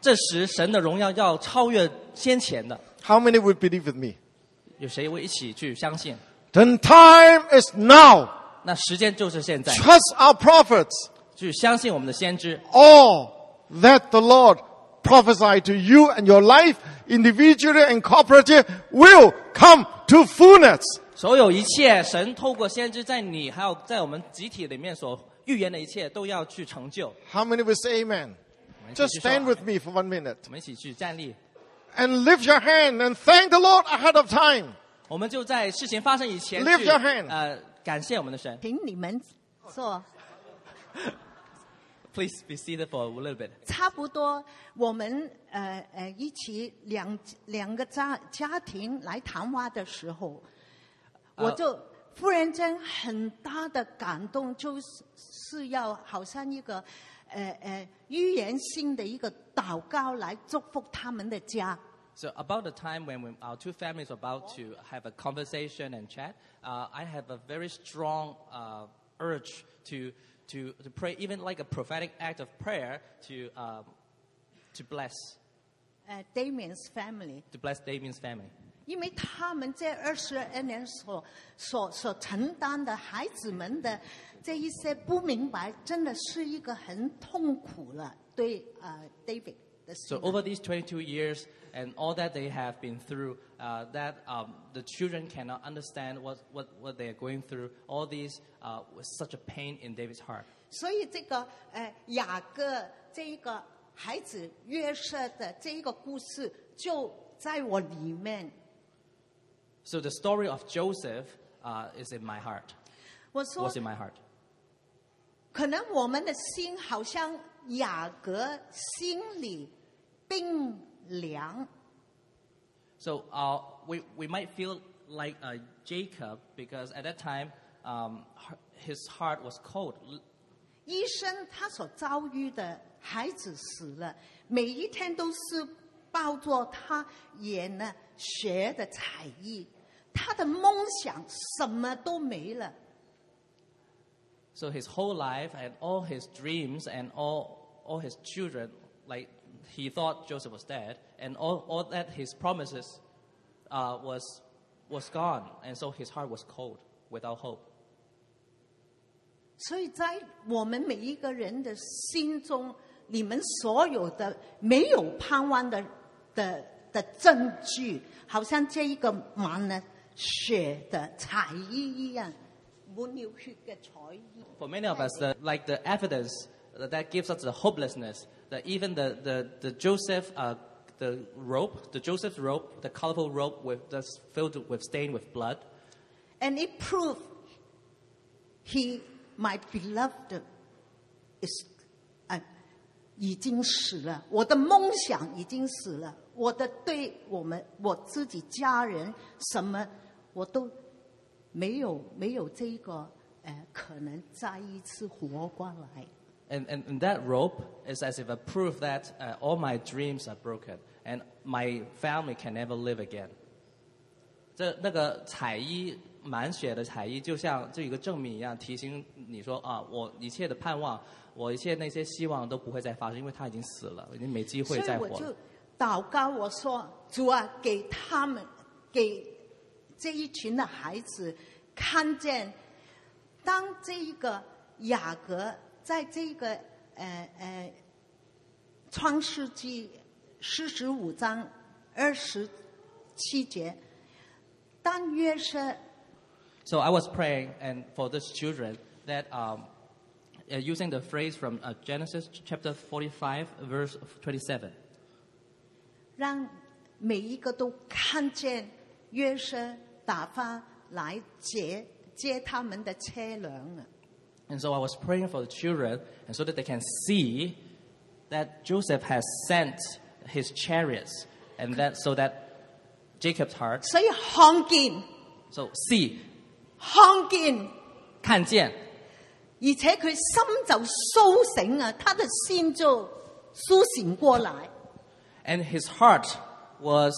Speaker 2: 这时神的荣耀要超越先前的。
Speaker 6: How many would believe with me?
Speaker 2: 有谁会一起去相信？
Speaker 6: Then time is now.
Speaker 2: 那时间就是现在，
Speaker 6: Trust our prophets.
Speaker 2: 去相信我们的先知。
Speaker 6: all that the Lord prophesied to you and your life, individually and corporately, will come to fullness.
Speaker 2: 所有一切，神透过先知在你，还有在我们集体里面所预言的一切，都要去成就。
Speaker 6: How many will say amen?
Speaker 2: 我们一起
Speaker 6: Just
Speaker 2: 去
Speaker 6: stand
Speaker 2: 说
Speaker 6: with me for one minute
Speaker 2: 我们一起去站立。
Speaker 6: and lift your hand and thank the Lord ahead of time.
Speaker 2: 我们就在事情发生以前
Speaker 6: Lift
Speaker 2: 去
Speaker 6: your hand
Speaker 2: 呃，感谢我们的神。
Speaker 7: 请你们做，
Speaker 2: Please be seated for a little bit。
Speaker 7: 差不多我们呃呃一起两两个家家庭来谈话的时候，我就忽然间很大的感动，就是是要好像一个呃呃预言性的一个祷告来祝福他们的家。
Speaker 2: So about the time when we, our two families were about to have a conversation and chat, uh, I have a very strong uh, urge to, to to pray, even like a prophetic act of prayer to um, to bless
Speaker 7: 呃、d a m i e n s family，
Speaker 2: to bless Damien's family.
Speaker 7: 因为因为他们在二十二年所所所承担的孩子们的这一些不明白，真的是一个很痛苦了。对呃 David 的
Speaker 2: So
Speaker 7: 信仰
Speaker 2: over these 22 years and all that they have been through, uh, that um, the children cannot understand what, what, what they are going through, all these uh, was such a pain in David's heart.
Speaker 7: 所以这个呃雅各这一个孩子约瑟的这一个故事，就在我里面。
Speaker 2: So the story of Joseph uh, is in my heart,
Speaker 7: 我说
Speaker 2: was in my heart.
Speaker 7: 可能我们的心好像雅各心里冰凉，
Speaker 2: So uh, we, we might feel like uh, Jacob because at that time um, her- his heart was cold. L-
Speaker 7: 医生他所遭遇的孩子死了，每一天都是抱着他演了学的才艺，他的梦想什么都没了。
Speaker 2: So his whole life and all his dreams and all, all his children, like he thought Joseph was dead, and all, all that his promises uh, was, was gone. And so his heart was cold without hope.
Speaker 7: 所以在我们每一个人的心中，你们所有的没有盼望的的的证据，好像这一个盲人学的才艺一样，冇尿血嘅才艺。
Speaker 2: For many of us, the, like the evidence that that gives us the hopelessness, that even the, the, the Joseph, uh, the rope, the Joseph's rope, the colorful rope with, that's filled with stained with blood,
Speaker 7: And it proved he, my beloved, is 啊，已经死了。我的梦想已经死了，我的对我们我自己家人什么我都没有没有这个呃可能再一次活过来。
Speaker 2: and, and, and that rope is as if a proof that uh, all my dreams are broken and my family can never live again. 这那个彩衣满血的彩衣，就像就有一个证明一样，提醒你说啊，我一切的盼望，我一切那些希望都不会再发生，因为他已经死了，已经没机
Speaker 7: 所
Speaker 2: 会
Speaker 7: 以
Speaker 2: 再
Speaker 7: 我
Speaker 2: 活了
Speaker 7: 就。祷告，我说主啊，给他们，给这一群的孩子看见，当这一个雅各在这个呃呃创世纪四十五章二十七节，当约瑟
Speaker 2: So I was praying and for these children that um, uh, using the phrase from uh, Genesis chapter 45 verse 27.
Speaker 7: 让每一个都看见约瑟打发来接接他们的车辆啊。
Speaker 2: And so I was praying for the children and so that they can see that Joseph has sent his chariots and that so that Jacob's heart
Speaker 7: 所以看见，
Speaker 2: so see
Speaker 7: 看见，
Speaker 2: 看见
Speaker 7: 而且佢心就苏醒啊，他的心就苏醒过来。
Speaker 2: and his heart was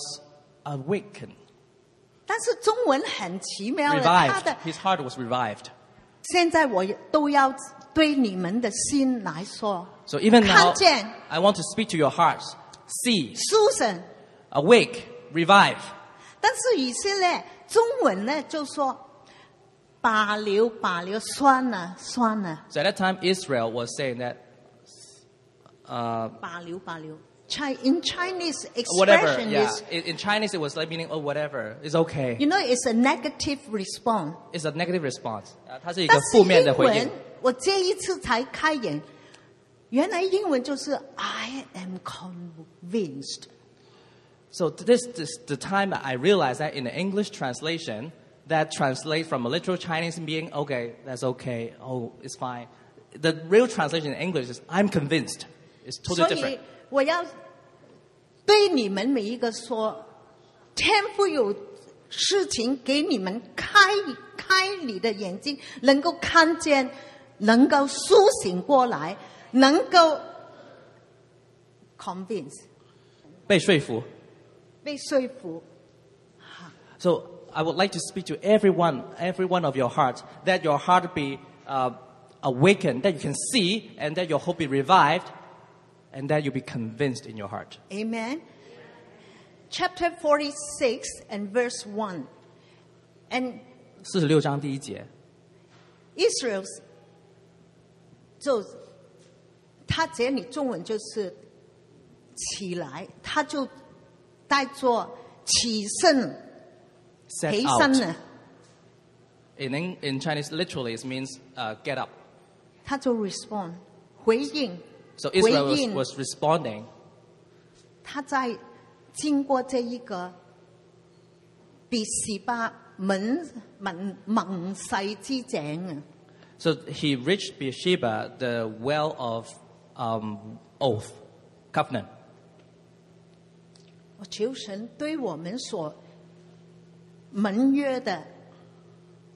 Speaker 2: awakened
Speaker 7: 但是中文很奇妙的，他
Speaker 2: revived
Speaker 7: 的
Speaker 2: his heart was revived
Speaker 7: 现在我都要对你们的心来说，
Speaker 2: so even now
Speaker 7: 看见
Speaker 2: I want to speak to your hearts see
Speaker 7: 苏醒。
Speaker 2: awake revive
Speaker 7: 但是以色列中文呢就说罢了罢了，算了算了，
Speaker 2: So at that time, Israel was saying that uh,
Speaker 7: 罢了罢了。Chi- In Chinese
Speaker 2: whatever.
Speaker 7: expression
Speaker 2: Yeah,
Speaker 7: is,
Speaker 2: in, in Chinese, it was like meaning oh whatever, it's okay.
Speaker 7: you know, it's a negative response.
Speaker 2: It's a negative response. 啊 Uh, 它是一个
Speaker 7: 但是
Speaker 2: 负面的
Speaker 7: 英
Speaker 2: 回应
Speaker 7: 文。，我这一次才开眼，原来英文就是 I am convinced。
Speaker 2: So this is the time that I realized that in the English translation, that translates from a literal Chinese being okay, that's okay, oh it's fine. The real translation in English is I'm convinced. It's
Speaker 7: 所
Speaker 2: totally
Speaker 7: 以
Speaker 2: different.
Speaker 7: 我要对你们每一个说，天父有事情给你们开开你的眼睛，能够看见，能够苏醒过来，能够 convince
Speaker 2: 被说服。
Speaker 7: 被说服。
Speaker 2: So I would like to speak to everyone, every one of your hearts, that your heart be uh, awakened, that you can see, and that your hope be revived, and that you be convinced in your heart.
Speaker 7: Amen。 chapter 46 and verse 1. And
Speaker 2: 四十六章第一节，
Speaker 7: Israel's 就他这里中文就是起来，他就带着起身、
Speaker 2: set
Speaker 7: 起身
Speaker 2: out
Speaker 7: 呢，
Speaker 2: in Eng- in Chinese literally it means uh, get up.
Speaker 7: 他就 respond 回应
Speaker 2: So
Speaker 7: 回
Speaker 2: Israel was,
Speaker 7: 应
Speaker 2: was responding
Speaker 7: 他在经过这一个比士巴盟盟盟誓之井啊，
Speaker 2: So he reached Beersheba, the well of um, oath, covenant.
Speaker 7: 我求神对我们所盟约的，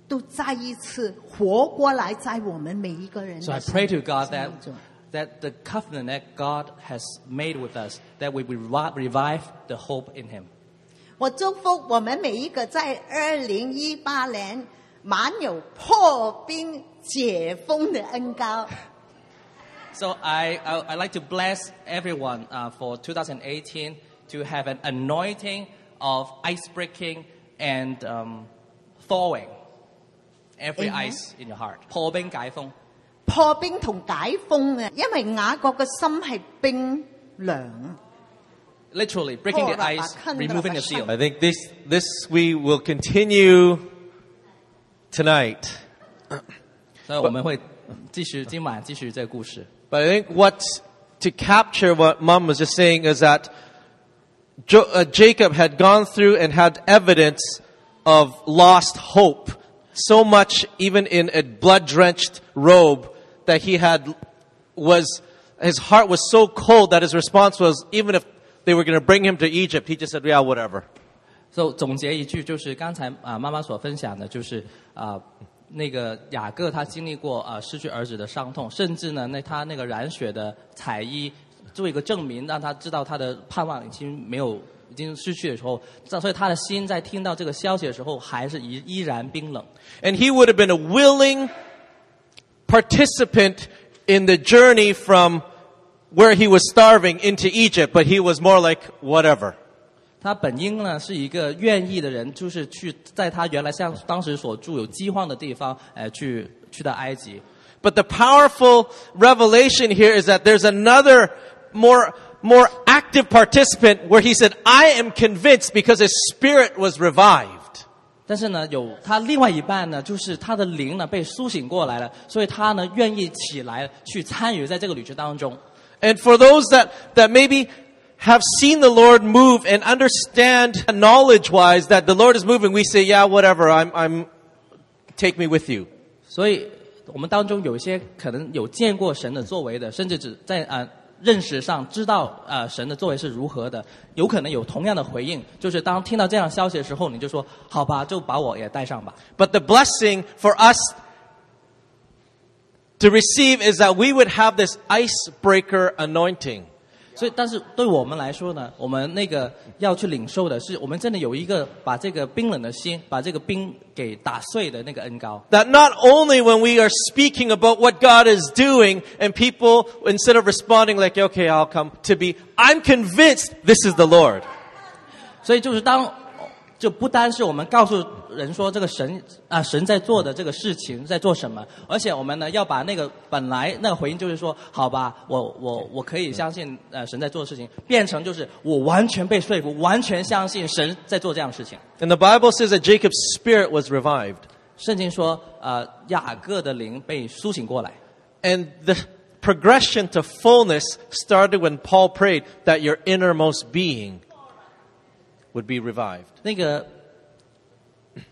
Speaker 7: 都再一次活过来，在我们每一个人
Speaker 2: So I
Speaker 7: 的
Speaker 2: pray to
Speaker 7: 生
Speaker 2: God
Speaker 7: 生
Speaker 2: that
Speaker 7: 命中。
Speaker 2: that the covenant that God has made with us, that we revive, revive the hope in Him.
Speaker 7: 我祝福我们每一个在二零一八年满有破冰解封的恩高。
Speaker 2: So I I I'd like to bless everyone uh, for 2018 to have an anointing of ice breaking and um, thawing every
Speaker 7: Amen.
Speaker 2: ice in your heart. 破冰解封.
Speaker 7: 破冰同解封啊，因為雅各嘅心係冰涼。
Speaker 2: Literally breaking the
Speaker 7: Pora
Speaker 2: ice,
Speaker 7: bakandra
Speaker 2: removing the seal.
Speaker 7: bashan.
Speaker 4: I think this this we will continue tonight.
Speaker 2: So 我们会继续今晚继续这个故事。
Speaker 4: But I think what to capture what Mom was just saying is that jo- uh, Jacob had gone through and had evidence of lost hope, so much even in a blood-drenched robe that he had was his heart was so cold that his response was even if they were going to bring him to Egypt, he just said, "Yeah, whatever."
Speaker 2: 所、so, 总结一句，就是刚才啊、妈妈所分享的，就是啊、那个雅各他经历过啊、失去儿子的伤痛，甚至呢那他那个染血的彩衣做一个证明，让他知道他的盼望已经没有已经失去的时候，所以他的心在听到这个消息的时候，还是依依然冰冷。
Speaker 4: And he would have been a willing participant in the journey from where he was starving into Egypt, but he was more like, whatever.
Speaker 2: 他本应呢是一个愿意的人，就是去在他原来像当时所住有饥荒的地方，呃，去去到埃及。
Speaker 4: But the powerful revelation here is that there's another more, more active participant where he said, I am convinced because his spirit was revived.
Speaker 2: 但是呢，有他另外一半呢，就是他的灵呢被苏醒过来了，所以他呢愿意起来去参与在这个旅程当中。
Speaker 4: And for those that, that maybe have seen the Lord move and understand knowledge wise that the Lord is moving, we say, yeah, whatever, I'm, I'm, take me with you.
Speaker 2: 所以我们当中有一些可能有见过神的作为的，甚至只在呃认识上知道呃神的作为是如何的，有可能有同样的回应，就是当听到这样消息的时候，你就说好吧，就把我也带上吧。
Speaker 4: But the blessing for us to receive is that we would have this icebreaker anointing.
Speaker 2: 所以，但是对我们来说呢，我们那个要去领受的是，我们真的有一个把这个冰冷的心，把这个冰给打碎的那个恩高。
Speaker 4: That not only when we are speaking about what God is doing and people, instead of responding like, okay, I'll come, to be, I'm convinced this is the Lord.
Speaker 2: 所以就是当，就不单是我们告诉人说这个神啊神在做的这个事情在做什么，而且我们呢要把那个本来那个回应就是说，好吧，我我我可以相信呃神在做的事情，变成就是我完全被说服，完全相信神在做这样的事情。
Speaker 4: And the Bible says that Jacob's spirit was revived.
Speaker 2: 圣经说，呃雅各的灵被苏醒过来。
Speaker 4: And the progression to fullness started when Paul prayed that your innermost being would be revived.
Speaker 2: 那个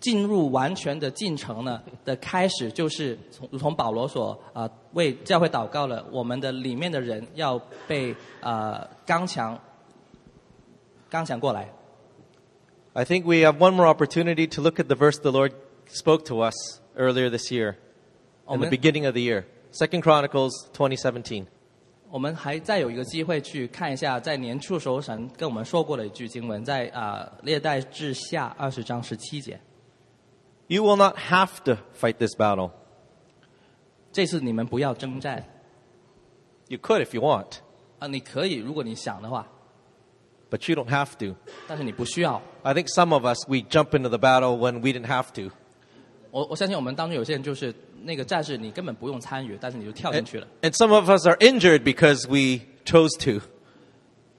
Speaker 2: 进入完全的进程呢的开始，就是从如同保罗所啊、呃为教会祷告了，我们的里面的人要被呃刚强刚强过来。
Speaker 4: I think we have one more opportunity to look at the verse the Lord spoke to us earlier this year, in the
Speaker 2: Amen.
Speaker 4: beginning of the year. Second Chronicles 2017.
Speaker 2: 我们还再有一个机会去看一下，在年初的时候神跟我们说过的一句经文，在啊、呃历代志下二十章十七节，
Speaker 4: You will not have to fight this battle.
Speaker 2: 这次你们不要征战
Speaker 4: You could if you want,
Speaker 2: 啊、你可以，如果你想的话，
Speaker 4: but you don't have to.
Speaker 2: 但是你不需要。
Speaker 4: I think some of us, we jump into the battle when we didn't have to.
Speaker 2: 我我相信我们当中有些人就是那个战士，你根本不用参与，但是你就跳进
Speaker 4: And,
Speaker 2: 去了。
Speaker 4: and some of us are injured because we chose to.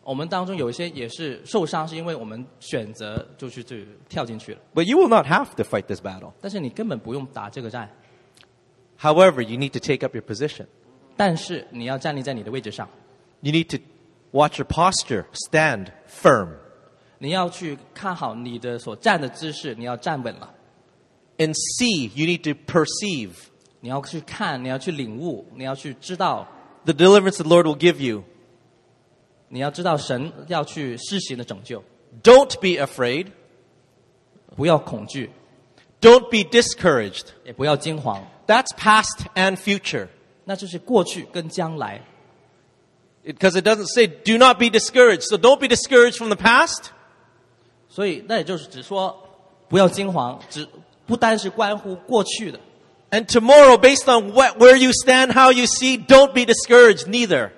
Speaker 2: 我们当中有一些也是受伤，是因为我们选择就去就跳进去了。
Speaker 4: But you will not have to fight this battle.
Speaker 2: 但是你根本不用打这个战，
Speaker 4: However, you need to take up your position.
Speaker 2: 但是你要站立在你的位置上，
Speaker 4: You need to watch your posture, stand firm.
Speaker 2: 你要去看好你的所站的姿势，你要站稳了，
Speaker 4: And see, you need to perceive
Speaker 2: 你要去看，你要去领悟，你要去知道，
Speaker 4: the deliverance the Lord will give you.
Speaker 2: 你要知道神要去施行的拯救，
Speaker 4: Don't be afraid.
Speaker 2: 不要恐惧，
Speaker 4: Don't be discouraged.
Speaker 2: 也不要惊慌，
Speaker 4: That's past and future.
Speaker 2: 那就是过去跟将来。
Speaker 4: Because it doesn't say, do not be discouraged. So don't be discouraged from the past.
Speaker 2: 所以那也就是只说不要惊慌，只不单是关乎过去的，
Speaker 4: And tomorrow, based on what, where you stand, how you see, don't be discouraged neither.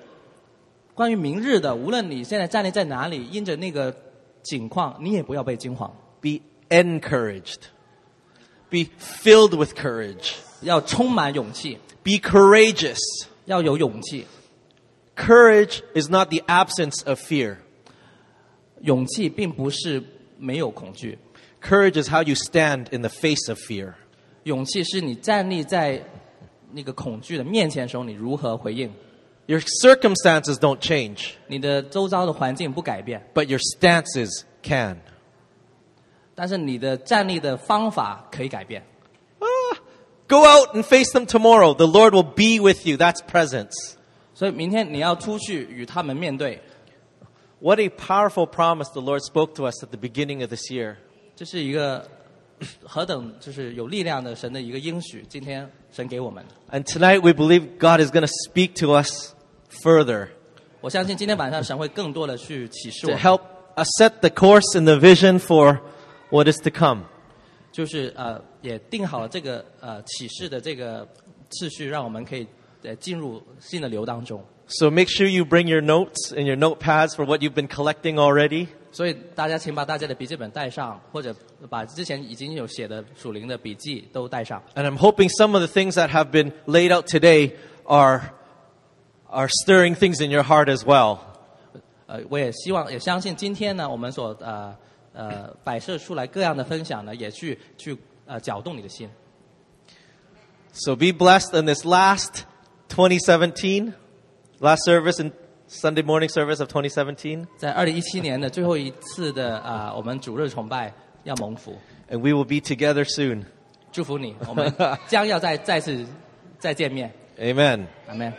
Speaker 2: 关于明日的，无论你现在站立在哪里，因着那个景况，你也不要被惊慌，
Speaker 4: Be encouraged. Be filled with courage.
Speaker 2: 要充满勇气，
Speaker 4: Be courageous.
Speaker 2: 要有勇气。
Speaker 4: Courage is not the absence of fear.
Speaker 2: 勇气并不是没有恐惧，
Speaker 4: Courage is how you stand in the face of fear.
Speaker 2: 勇气是你站立在那个恐惧的面前的时候，你如何回应。
Speaker 4: Your circumstances don't change,
Speaker 2: 你的周遭的环境不改变，
Speaker 4: but your stances can.
Speaker 2: 但是你的站立的方法可以改变。
Speaker 4: Ah, go out and face them tomorrow. The Lord will be with you. That's presence.
Speaker 2: 所以明天你要出去与他们面对，
Speaker 4: What a powerful promise the Lord spoke to us at the beginning of this year.
Speaker 2: 这是一个 <coughs> 何等就是有力量的神的一个应许。今天神给我们的，
Speaker 4: And tonight we believe God is going to speak to us further
Speaker 2: 我相信今天晚上神会更多的去启示我
Speaker 4: to
Speaker 2: 们，
Speaker 4: help us set the course and the vision for what is to come.
Speaker 2: 就是呃也定好了这个呃启示的这个次序，让我们可以呃进入新的流当中。
Speaker 4: So make sure you bring your notes and your notepads for what you've been collecting already.
Speaker 2: 所以大家请把大家的笔记本带上，或者把之前已经有写的属灵的笔记都带上。
Speaker 4: And I'm hoping some of the things that have been laid out today are, are stirring things in your heart as well.
Speaker 2: 呃，我也希望也相信今天呢，我们所呃呃摆设出来各样的分享呢，也去去呃搅动你的心。
Speaker 4: So be blessed in this last 2017, last service and Sunday morning service of 2017.
Speaker 2: 在二零一七年的最后一次的啊、呃我们主日崇拜要蒙福，
Speaker 4: And we will be together soon.
Speaker 2: 祝福你，我们将要再再次再见面，
Speaker 4: Amen.
Speaker 2: 阿门。